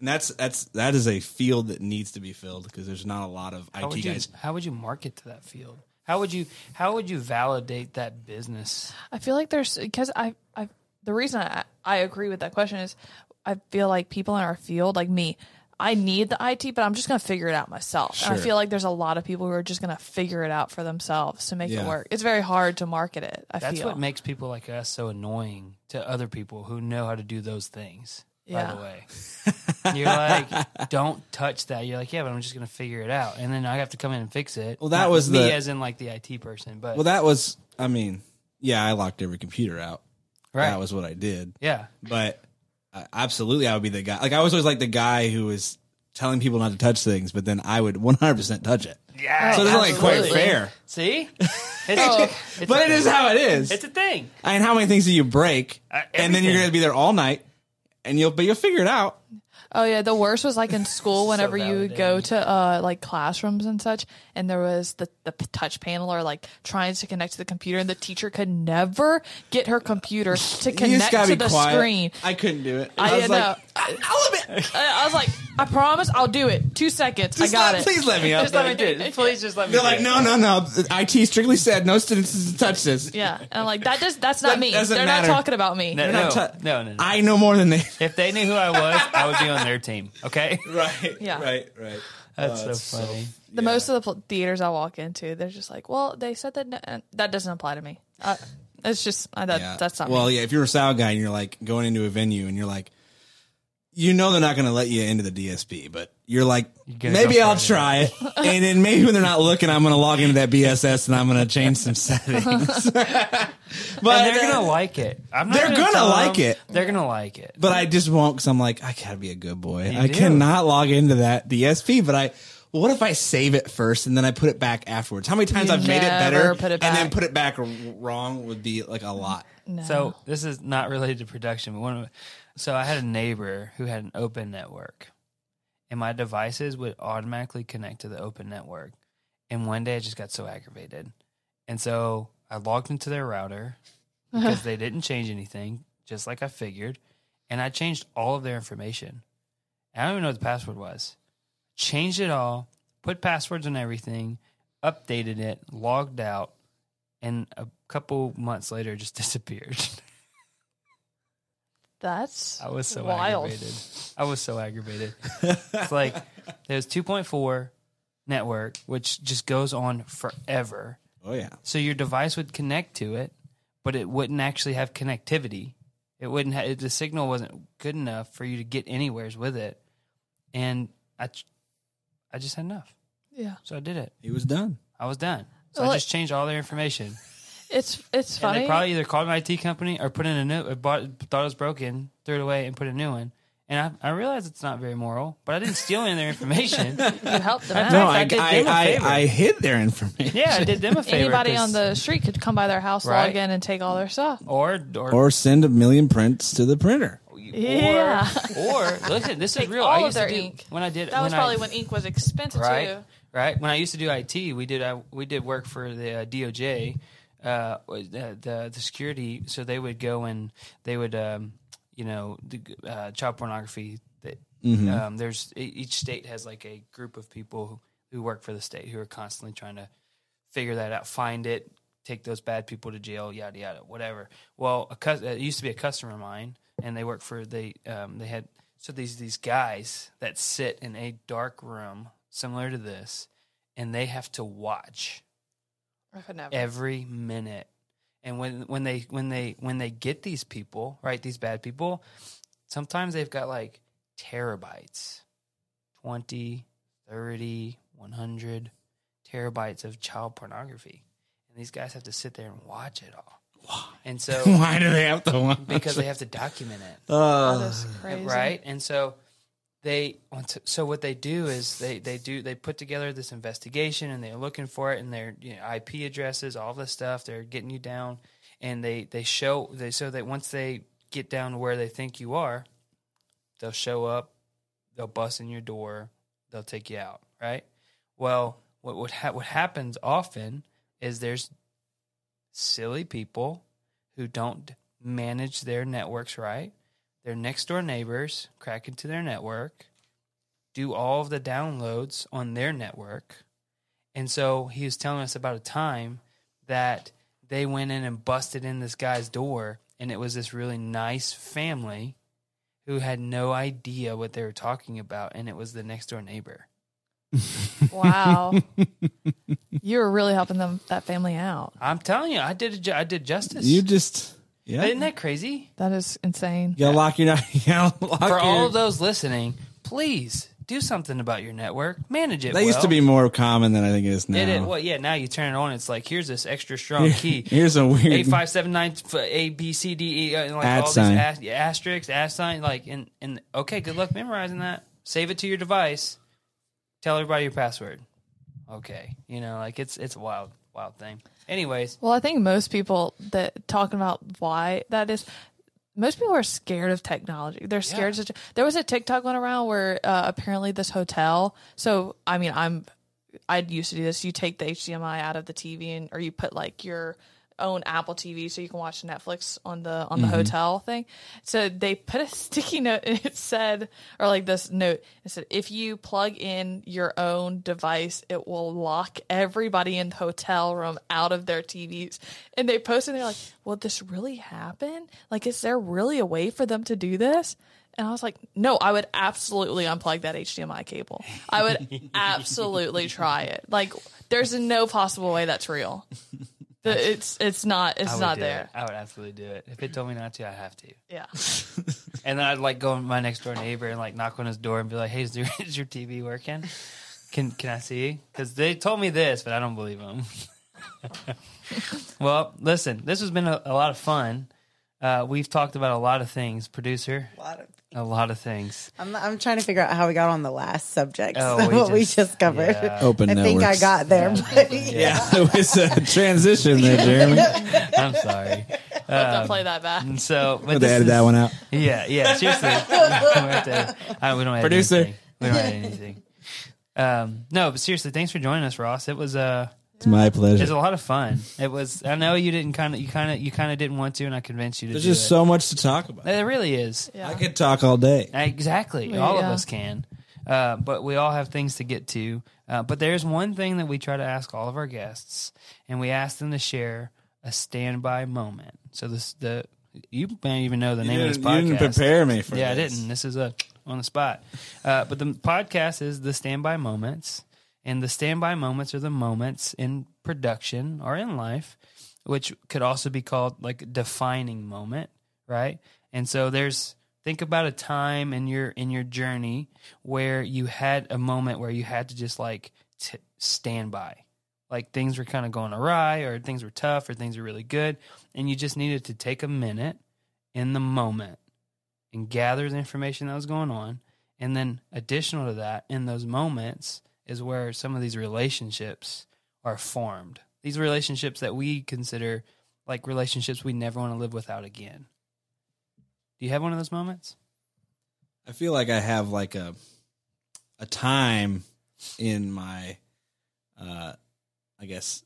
[SPEAKER 4] And that's that's that is a field that needs to be filled because there's not a lot of
[SPEAKER 2] How
[SPEAKER 4] IT
[SPEAKER 2] would you
[SPEAKER 4] guys.
[SPEAKER 2] how would you market to that field? How would you how would you validate that business?
[SPEAKER 3] I feel like there's because I I the reason I, I agree with that question is I feel like people in our field, like me, I need the IT, but I'm just going to figure it out myself. And I
[SPEAKER 4] Sure.
[SPEAKER 3] feel like there's a lot of people who are just going to figure it out for themselves to make
[SPEAKER 4] Yeah.
[SPEAKER 3] it work. It's very hard to market it. I
[SPEAKER 2] That's
[SPEAKER 3] feel
[SPEAKER 2] what makes people like us so annoying to other people who know how to do those things. By
[SPEAKER 3] Yeah.
[SPEAKER 2] the way, you're like, don't touch that. You're like, yeah, but I'm just gonna figure it out, and then I have to come in and fix it.
[SPEAKER 4] Well, that
[SPEAKER 2] Not
[SPEAKER 4] was
[SPEAKER 2] me
[SPEAKER 4] the-
[SPEAKER 2] as in like the IT person, but
[SPEAKER 4] Well, that was, I mean, yeah, I locked every computer out.
[SPEAKER 2] right,
[SPEAKER 4] That was what I did.
[SPEAKER 2] yeah,
[SPEAKER 4] But uh, absolutely, I would be the guy. Like, I was always like the guy who was telling people not to touch things, but then I would 100% touch it.
[SPEAKER 2] yeah.
[SPEAKER 4] So it isn't like quite
[SPEAKER 3] absolutely.
[SPEAKER 4] fair. [laughs]
[SPEAKER 2] See, it's, it's
[SPEAKER 4] But
[SPEAKER 2] a
[SPEAKER 4] it is
[SPEAKER 2] thing.
[SPEAKER 4] how it is.
[SPEAKER 2] It's a thing.
[SPEAKER 4] and how many things do you break?
[SPEAKER 2] Uh,
[SPEAKER 4] and then you're
[SPEAKER 2] everything.
[SPEAKER 4] going to be there all night. And you'll, but you'll figure it out.
[SPEAKER 3] Oh yeah, the worst was like
[SPEAKER 4] [laughs]
[SPEAKER 3] in school whenever you would go
[SPEAKER 2] validating.
[SPEAKER 3] to uh like classrooms and such, and there was the the p- touch panel or like trying to connect to the computer, and the teacher could never get her computer to
[SPEAKER 4] you just
[SPEAKER 3] connect
[SPEAKER 4] gotta
[SPEAKER 3] to
[SPEAKER 4] be
[SPEAKER 3] the
[SPEAKER 4] quiet.
[SPEAKER 3] screen.
[SPEAKER 4] I couldn't do it.
[SPEAKER 3] I,
[SPEAKER 4] was
[SPEAKER 3] uh,
[SPEAKER 4] like,
[SPEAKER 3] no. I, I was like, I promise, I'll do it. Two seconds,
[SPEAKER 4] Just
[SPEAKER 3] I got
[SPEAKER 4] let-
[SPEAKER 3] it.
[SPEAKER 4] please let me up
[SPEAKER 3] Just let me do
[SPEAKER 2] Dude,
[SPEAKER 3] it.
[SPEAKER 2] please just let me.
[SPEAKER 4] they're
[SPEAKER 2] do
[SPEAKER 4] like,
[SPEAKER 2] it.
[SPEAKER 4] no, no, no. IT strictly said no students touch this.
[SPEAKER 3] Yeah, and I'm like, that does that's not
[SPEAKER 4] That
[SPEAKER 3] me. They're
[SPEAKER 4] doesn't
[SPEAKER 3] not
[SPEAKER 4] matter.
[SPEAKER 3] talking about me.
[SPEAKER 2] no, no,
[SPEAKER 4] not tou-
[SPEAKER 2] no, no, no.
[SPEAKER 4] I know more than they. [laughs]
[SPEAKER 2] if they knew who I was, I would be on their team. Okay,
[SPEAKER 4] right.
[SPEAKER 3] Yeah.
[SPEAKER 4] Right. Right.
[SPEAKER 2] that's
[SPEAKER 4] Oh,
[SPEAKER 2] so
[SPEAKER 4] that's so
[SPEAKER 2] funny.
[SPEAKER 3] The most of the pl- theaters I walk into, they're just like, well, they said that no, uh, that doesn't apply to me. Uh, it's just I, that that's not
[SPEAKER 4] well,
[SPEAKER 3] me.
[SPEAKER 4] yeah. If you're a sound guy and you're like going into a venue and you're like, you know, they're not going to let you into the DSP, but you're like,
[SPEAKER 2] gotta
[SPEAKER 4] maybe
[SPEAKER 2] go
[SPEAKER 4] I'll
[SPEAKER 2] for it.
[SPEAKER 4] try
[SPEAKER 3] [laughs]
[SPEAKER 4] it, and then maybe when they're not looking, I'm going to log into that BSS and I'm going to change
[SPEAKER 3] [laughs]
[SPEAKER 4] some settings. [laughs] but
[SPEAKER 2] and they're
[SPEAKER 4] uh,
[SPEAKER 2] gonna like it. I'm not
[SPEAKER 4] They're gonna
[SPEAKER 2] tell
[SPEAKER 4] like
[SPEAKER 2] them.
[SPEAKER 4] it.
[SPEAKER 2] They're gonna like it.
[SPEAKER 4] but I just won't because I'm like, I gotta be a good boy. I
[SPEAKER 2] do.
[SPEAKER 4] cannot log into that DSP. But I, well, what if I save it first and then I put it back afterwards? How many times
[SPEAKER 3] You
[SPEAKER 4] I've made it
[SPEAKER 3] never
[SPEAKER 4] better
[SPEAKER 3] put it
[SPEAKER 4] and then
[SPEAKER 3] back.
[SPEAKER 4] put it back r- wrong would be like a lot.
[SPEAKER 2] So this is not related to production, but one of so I had a neighbor who had an open network, and my devices would automatically connect to the open network. And one day I just got so aggravated, and so I logged into their router because they didn't change anything, just like I figured, and I changed all of their information. I don't even know what the password was. Changed it all, put passwords on everything, updated it, logged out, and a couple months later it just [laughs] disappeared.
[SPEAKER 3] That's
[SPEAKER 2] I was so
[SPEAKER 3] wild.
[SPEAKER 2] aggravated. I was so aggravated. it's
[SPEAKER 3] [laughs]
[SPEAKER 2] like there's 2.4 network, which just goes on forever.
[SPEAKER 4] Oh yeah,
[SPEAKER 2] So your device would connect to it, but it wouldn't actually have connectivity. It wouldn't. Ha- the signal wasn't good enough for you to get anywheres with it. And I, ch- I just had enough.
[SPEAKER 3] Yeah,
[SPEAKER 2] So I did it.
[SPEAKER 4] he was done.
[SPEAKER 2] I was done. So
[SPEAKER 3] Well,
[SPEAKER 2] I just changed all their information.
[SPEAKER 3] it's it's
[SPEAKER 2] And
[SPEAKER 3] funny.
[SPEAKER 2] they probably either called my IT company or put in a new, or bought, thought it was broken, threw it away, and put a new one. And I, I realize it's not very moral, but I didn't steal any of their
[SPEAKER 3] [laughs]
[SPEAKER 2] information.
[SPEAKER 3] you help
[SPEAKER 2] [laughs]
[SPEAKER 3] them out.
[SPEAKER 2] No,
[SPEAKER 4] I,
[SPEAKER 2] Oh, I did them a
[SPEAKER 4] I,
[SPEAKER 2] favor.
[SPEAKER 4] I, I hid their information. [laughs]
[SPEAKER 2] yeah, I did them a favor.
[SPEAKER 3] Anybody
[SPEAKER 2] 'cause-
[SPEAKER 3] on the street could come by their house,
[SPEAKER 2] Right.
[SPEAKER 3] log in, and take all their stuff.
[SPEAKER 2] or or or,
[SPEAKER 4] Or send a million prints to the printer.
[SPEAKER 2] Oh,
[SPEAKER 4] [laughs]
[SPEAKER 3] Yeah.
[SPEAKER 2] or listen, this is
[SPEAKER 3] Take
[SPEAKER 2] real.
[SPEAKER 3] all
[SPEAKER 2] I
[SPEAKER 3] of
[SPEAKER 2] used
[SPEAKER 3] their
[SPEAKER 2] to do,
[SPEAKER 3] ink.
[SPEAKER 2] when I did
[SPEAKER 3] That was
[SPEAKER 2] when I-
[SPEAKER 3] probably when ink was expensive
[SPEAKER 2] right
[SPEAKER 3] too.
[SPEAKER 2] right when I used to do IT, we did I, we did work for the uh, DOJ, uh, was the, the the security. So they would go and they would um, you know the, uh, child pornography. That, um, there's e- each state has like a group of people who, who work for the state who are constantly trying to figure that out, find it, take those bad people to jail, yada yada, whatever. Well, a cus- uh, it used to be a customer of mine, and they work for they um, they had so these these guys that sit in a dark room similar to this, and they have to watch
[SPEAKER 3] I could never.
[SPEAKER 2] every minute. And when when they when they when they get these people right, these bad people, sometimes they've got like terabytes, 20, 30, 100 terabytes of child pornography, and these guys have to sit there and watch it all. And so
[SPEAKER 4] Why do they have to? Uh, want-
[SPEAKER 2] because they have to document it.
[SPEAKER 3] Oh, that's crazy.
[SPEAKER 2] Right. And so they want to- so what they do is they they do they put together this investigation and they're looking for it and their you know, IP addresses, all this stuff. They're getting you down and they they show they so that once they get down to where they think you are, they'll show up, they'll bust in your door, they'll take you out, right? Well, what what, ha- what happens often is there's silly people who don't manage their networks right. Their next door neighbors crack into their network, do all of the downloads on their network. And so he was telling us about a time that they went in and busted in this guy's door and it was this really nice family who had no idea what they were talking about, and it was the next door neighbor. [laughs]
[SPEAKER 3] Wow. you were really helping them that family out.
[SPEAKER 2] I'm telling you, I did a ju- I did justice.
[SPEAKER 4] You just yeah.
[SPEAKER 2] Isn't that crazy?
[SPEAKER 3] That is insane.
[SPEAKER 4] you gotta lock your [laughs] you gotta lock
[SPEAKER 2] For
[SPEAKER 4] your,
[SPEAKER 2] all of those listening, please do something about your network. Manage it.
[SPEAKER 4] That used to
[SPEAKER 2] well.
[SPEAKER 4] be more common than I think it is now.
[SPEAKER 2] It, it, well, yeah. Now you turn it on. It's like here's this extra strong key.
[SPEAKER 4] [laughs] Here's a weird.
[SPEAKER 2] eight five seven nine f- A B C D E uh, and like
[SPEAKER 4] Add
[SPEAKER 2] all
[SPEAKER 4] sign.
[SPEAKER 2] these a- asterisks, ask sign, like and and okay, good luck memorizing that. Save it to your device. Tell everybody your password. Okay, you know, like it's it's a wild wild thing. Anyways,
[SPEAKER 3] Well, I think most people that talking about why that is, most people are scared of technology. They're scared. Of, there was a TikTok one around where uh, apparently this hotel. So I mean, I'm I used to do this. You take the HDMI out of the TV and or you put like your own Apple TV so you can watch Netflix on the on the hotel thing. So they put a [laughs] sticky note and it said or like this note it said if you plug in your own device it will lock everybody in the hotel room out of their TVs. And they posted and they're like, "Will this really happen? Like is there really a way for them to do this?" And I was like, no, I would absolutely unplug that HDMI cable.
[SPEAKER 2] [laughs]
[SPEAKER 3] I would absolutely try it. Like, there's no possible way that's real. The- It's it's not
[SPEAKER 2] I
[SPEAKER 3] it's
[SPEAKER 2] would
[SPEAKER 3] not
[SPEAKER 2] do
[SPEAKER 3] there.
[SPEAKER 2] It. I would absolutely do it. If it told me not to, I have to.
[SPEAKER 3] Yeah.
[SPEAKER 2] And then I'd like go to my next door neighbor and like knock on his door and be like, "Hey, is your, [laughs] is your TV working? Can can I see?" Because they told me this, but I don't believe them. [laughs] well, listen, this has been a, a lot of fun. Uh, we've talked about a lot of things, producer,
[SPEAKER 1] A lot of-
[SPEAKER 2] a lot of
[SPEAKER 1] [laughs]
[SPEAKER 2] things.
[SPEAKER 1] I'm, I'm trying to figure out how we got on the last subject.
[SPEAKER 2] Oh,
[SPEAKER 1] so
[SPEAKER 2] we
[SPEAKER 1] what we
[SPEAKER 2] just-
[SPEAKER 1] just covered.
[SPEAKER 2] yeah.
[SPEAKER 4] open
[SPEAKER 1] I think I
[SPEAKER 4] networks.
[SPEAKER 1] got there. But [laughs] yeah.
[SPEAKER 4] Yeah, [laughs] it was a transition there,
[SPEAKER 2] [laughs]
[SPEAKER 4] Jeremy.
[SPEAKER 2] [laughs] I'm sorry. Um,
[SPEAKER 3] Don't play that back.
[SPEAKER 2] And so, but
[SPEAKER 4] But they
[SPEAKER 2] this
[SPEAKER 4] added
[SPEAKER 2] is-
[SPEAKER 4] that one out.
[SPEAKER 2] Yeah, yeah,
[SPEAKER 1] [laughs]
[SPEAKER 2] seriously. we, don't have to, I- we don't edit
[SPEAKER 4] Producer.
[SPEAKER 2] anything. We don't
[SPEAKER 1] [laughs]
[SPEAKER 2] edit anything. Um, no, but seriously, thanks for joining us, Ross. It was uh,
[SPEAKER 4] It's my
[SPEAKER 2] It
[SPEAKER 4] pleasure.
[SPEAKER 2] was a lot of fun. It was. I know you didn't kind of. You kind of. You kind of didn't want to, and I convinced you to.
[SPEAKER 4] There's
[SPEAKER 2] do
[SPEAKER 4] just
[SPEAKER 2] it.
[SPEAKER 4] so much to talk about.
[SPEAKER 2] It really is.
[SPEAKER 3] Yeah.
[SPEAKER 4] I could talk all day.
[SPEAKER 2] Exactly.
[SPEAKER 3] Yeah.
[SPEAKER 2] All of us can. Uh, but we all have things to get to. Uh, but there's one thing that we try to ask all of our guests, and we ask them to share a standby moment. So this the you may even know the name
[SPEAKER 4] you,
[SPEAKER 2] of this
[SPEAKER 4] didn't,
[SPEAKER 2] podcast.
[SPEAKER 4] you didn't prepare me for
[SPEAKER 2] Yeah,
[SPEAKER 4] this.
[SPEAKER 2] I didn't. This is a on the spot. Uh, but the podcast is the standby moments, and the standby moments are the moments in production or in life, which could also be called like defining moment, right? And so there's think about a time in your in your journey where you had a moment where you had to just like t- stand by like things were kind of going awry or things were tough or things were really good and you just needed to take a minute in the moment and gather the information that was going on. And then, additional to that, in those moments is where some of these relationships are formed. These relationships that we consider like relationships we never want to live without again. Do you have one of those moments?
[SPEAKER 4] I feel like I have like a a time in my uh I guess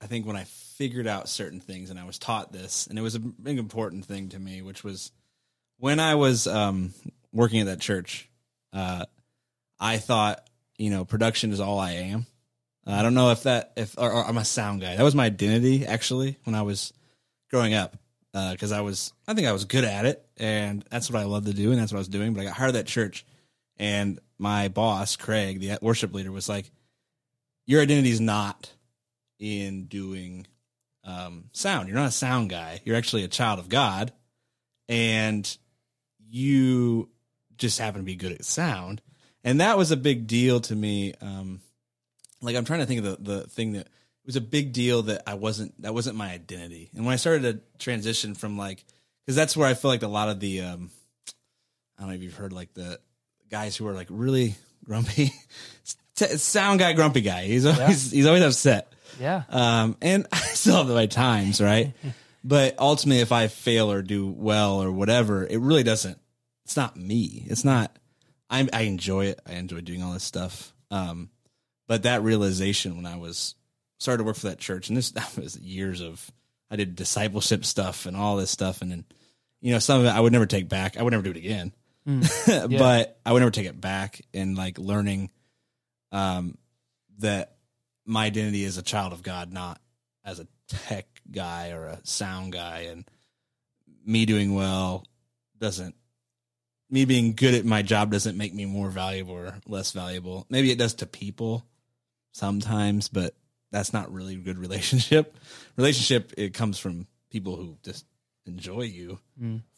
[SPEAKER 4] I think when I figured out certain things and I was taught this and it was a big important thing to me which was when I was um working at that church uh I thought you know production is all I am I don't know if that if or, or I'm a sound guy that was my identity actually when I was growing up because uh, I was I think I was good at it and that's what I loved to do and that's what I was doing. But I got hired at that church, and my boss Craig, the worship leader, was like, "Your identity is not in doing um, sound. You're not a sound guy. You're actually a child of God, and you just happen to be good at sound." And that was a big deal to me. Um, like I'm trying to think of the the thing that it was a big deal that I wasn't that wasn't my identity. And when I started to transition from like because that's where I feel like a lot of the um I don't know if you've heard like the guys who are like really grumpy [laughs] S- sound guy grumpy guy. He's always he's always upset.
[SPEAKER 2] Yeah.
[SPEAKER 4] Um, and [laughs] I still have my times, right? but ultimately, if I fail or do well or whatever, it really doesn't. It's not me. It's not. I I enjoy it. I enjoy doing all this stuff. Um, but that realization when I was started to work for that church, and this [laughs] that was years of I did discipleship stuff and all this stuff, and then you know some of it I would never take back. I would never do it again. [laughs] but I would never take it back. And like learning, um, that my identity is a child of God, not as a tech guy or a sound guy, and me doing well doesn't me being good at my job doesn't make me more valuable or less valuable. Maybe it does to people sometimes, but that's not really a good relationship. [laughs] Relationship it comes from people who just enjoy you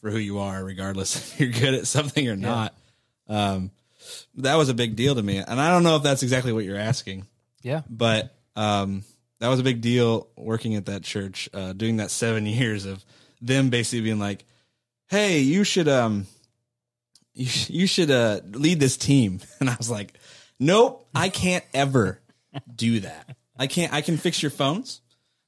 [SPEAKER 4] for who you are, regardless [laughs] if you're good at something or not. Um, that was a big deal to me, and I don't know if that's exactly what you're asking
[SPEAKER 2] Yeah.
[SPEAKER 4] but um, that was a big deal working at that church, uh, doing that seven [laughs] years of them basically being like, "Hey, you should um, you, sh- you should uh, lead this team," [laughs] and I was like, "Nope, I can't ever do that. I can't. I can fix your phones."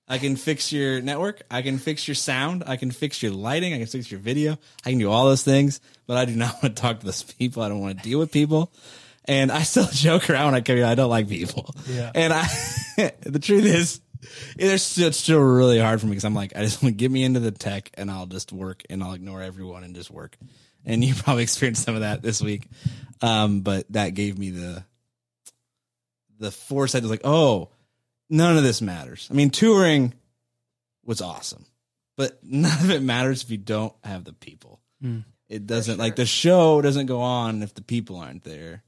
[SPEAKER 4] I can fix your network. I can fix your sound. I can fix your lighting. I can fix your video. I can do all those things, but I do not [laughs] want to talk to those people. I don't want to deal with people. And I still [laughs] joke around when I come here. I don't like people. Yeah. And I, [laughs] the truth is, it's still, it's still really hard for me because I'm like, I just want to get me into the tech and I'll just work and I'll ignore everyone and just work. And you [laughs] probably experienced some of that this week. Um, but that gave me the, the foresight was like, oh, none of this matters. I mean, touring was awesome, but [laughs] none of it matters if you don't have the people. It doesn't like the show doesn't go on if the people aren't there.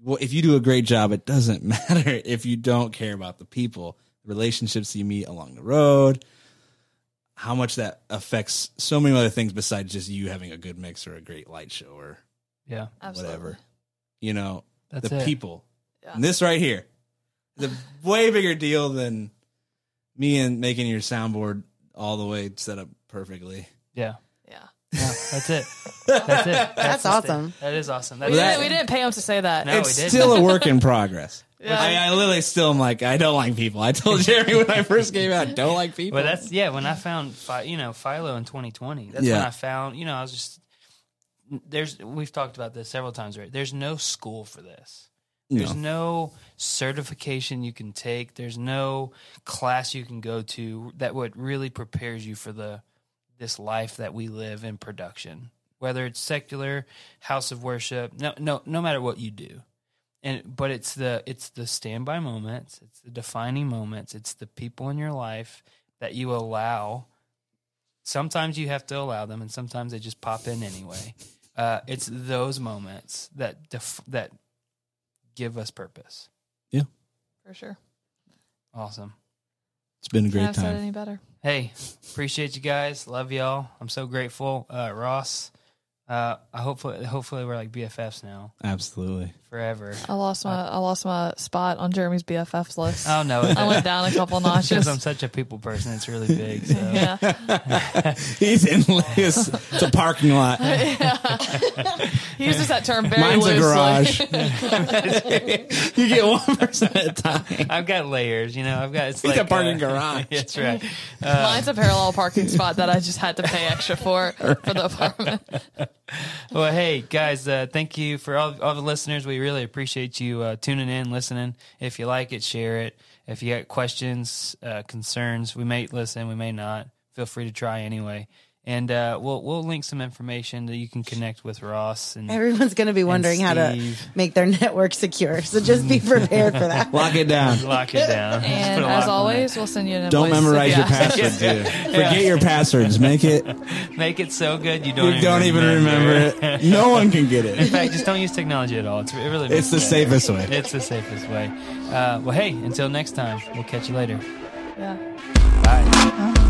[SPEAKER 4] Well, if you do a great job, it doesn't [laughs] matter if you don't care about the people, relationships you meet along the road, how much that affects so many other things besides just you having a good mix or a great light show or
[SPEAKER 2] Yeah.
[SPEAKER 3] Absolutely.
[SPEAKER 4] whatever. You know,
[SPEAKER 2] That's
[SPEAKER 4] the
[SPEAKER 2] it.
[SPEAKER 4] people.
[SPEAKER 3] Yeah.
[SPEAKER 4] And this right here, the way bigger deal than me and making your soundboard all the way set up perfectly.
[SPEAKER 2] Yeah.
[SPEAKER 3] Yeah.
[SPEAKER 2] Yeah. That's
[SPEAKER 4] [laughs]
[SPEAKER 2] it. That's it.
[SPEAKER 1] That's awesome.
[SPEAKER 2] That is awesome.
[SPEAKER 3] We,
[SPEAKER 2] That's
[SPEAKER 4] That-
[SPEAKER 3] didn't, we didn't pay him to say that.
[SPEAKER 2] No,
[SPEAKER 4] it's
[SPEAKER 2] we didn't.
[SPEAKER 4] still a
[SPEAKER 2] [laughs]
[SPEAKER 4] work in progress.
[SPEAKER 3] Yeah.
[SPEAKER 4] I, I literally still am like, I don't like people. I told Jeremy when I first came out, I
[SPEAKER 2] [laughs]
[SPEAKER 4] don't like people.
[SPEAKER 2] But that's yeah. When I found Phi- you know Philo in 2020, that's when
[SPEAKER 4] Yeah.
[SPEAKER 2] I found you know I was just there's we've talked about this several times right. There's no school for this. There's no certification you can take. There's no class you can go to that would really prepares you for the this life that we live in production. Whether it's secular, house of worship, no no no matter what you do. And but it's the it's the standby moments, it's the defining moments, it's the people in your life that you allow sometimes you have to allow them and sometimes they just pop in anyway. Uh, it's those moments that def- that give us purpose.
[SPEAKER 3] for sure.
[SPEAKER 2] Awesome.
[SPEAKER 4] it's been a
[SPEAKER 3] Couldn't
[SPEAKER 4] great
[SPEAKER 3] have said
[SPEAKER 4] time.
[SPEAKER 3] any better.
[SPEAKER 2] Hey, appreciate you guys. Love y'all. I'm so grateful. Uh, Ross, uh, I hopefully hopefully we're like BFFs now
[SPEAKER 4] Absolutely.
[SPEAKER 2] forever.
[SPEAKER 3] I lost my I lost my spot on Jeremy's BFFs list.
[SPEAKER 2] Oh no,
[SPEAKER 3] I went down
[SPEAKER 2] [laughs]
[SPEAKER 3] a couple
[SPEAKER 2] because
[SPEAKER 3] notches.
[SPEAKER 2] I'm such a people person. It's really big. So.
[SPEAKER 3] yeah.
[SPEAKER 4] He's in it's, it's a
[SPEAKER 3] [laughs]
[SPEAKER 4] parking lot.
[SPEAKER 3] He uses that term very
[SPEAKER 4] Mine's a
[SPEAKER 3] loosely. [laughs]
[SPEAKER 4] garage. you get one person at a time.
[SPEAKER 2] [laughs] I've got layers. You know, I've got it's
[SPEAKER 4] He's
[SPEAKER 2] like
[SPEAKER 4] a parking
[SPEAKER 2] uh,
[SPEAKER 4] garage.
[SPEAKER 2] [laughs] That's right. Uh.
[SPEAKER 3] Mine's a parallel
[SPEAKER 4] [laughs]
[SPEAKER 3] parking spot that I just had to pay extra for for
[SPEAKER 2] [laughs]
[SPEAKER 3] the apartment.
[SPEAKER 2] Well, hey guys, uh, thank you for all, all the listeners. We really appreciate you uh, tuning in, listening. If you like it, share it. If you got questions, uh, concerns, we may listen, we may not. Feel free to try anyway, and uh, we'll we'll link some information that you can connect with Ross and
[SPEAKER 1] Everyone's going to be wondering how to
[SPEAKER 2] Steve.
[SPEAKER 1] make their [laughs] network secure. So just be prepared for that.
[SPEAKER 4] Lock it down.
[SPEAKER 2] lock it down. [laughs] Just
[SPEAKER 3] And
[SPEAKER 2] put a lock
[SPEAKER 3] as
[SPEAKER 2] on
[SPEAKER 3] always, we'll send you an
[SPEAKER 4] Don't
[SPEAKER 3] invoice if
[SPEAKER 4] memorize
[SPEAKER 3] you
[SPEAKER 4] your
[SPEAKER 3] ask.
[SPEAKER 2] [laughs]
[SPEAKER 4] passwords. Dude. Forget your passwords. Make it. You
[SPEAKER 2] it. make it so good you don't
[SPEAKER 4] don't even remember it. No one can get
[SPEAKER 2] In
[SPEAKER 4] it.
[SPEAKER 2] fact, just don't use technology at all. It's it really
[SPEAKER 4] It's the
[SPEAKER 2] makes it
[SPEAKER 4] safest
[SPEAKER 2] better.
[SPEAKER 4] way.
[SPEAKER 2] It's the safest way. Uh, well, hey, until next time, we'll catch you later.
[SPEAKER 3] Yeah.
[SPEAKER 2] Bye.
[SPEAKER 3] Uh-huh.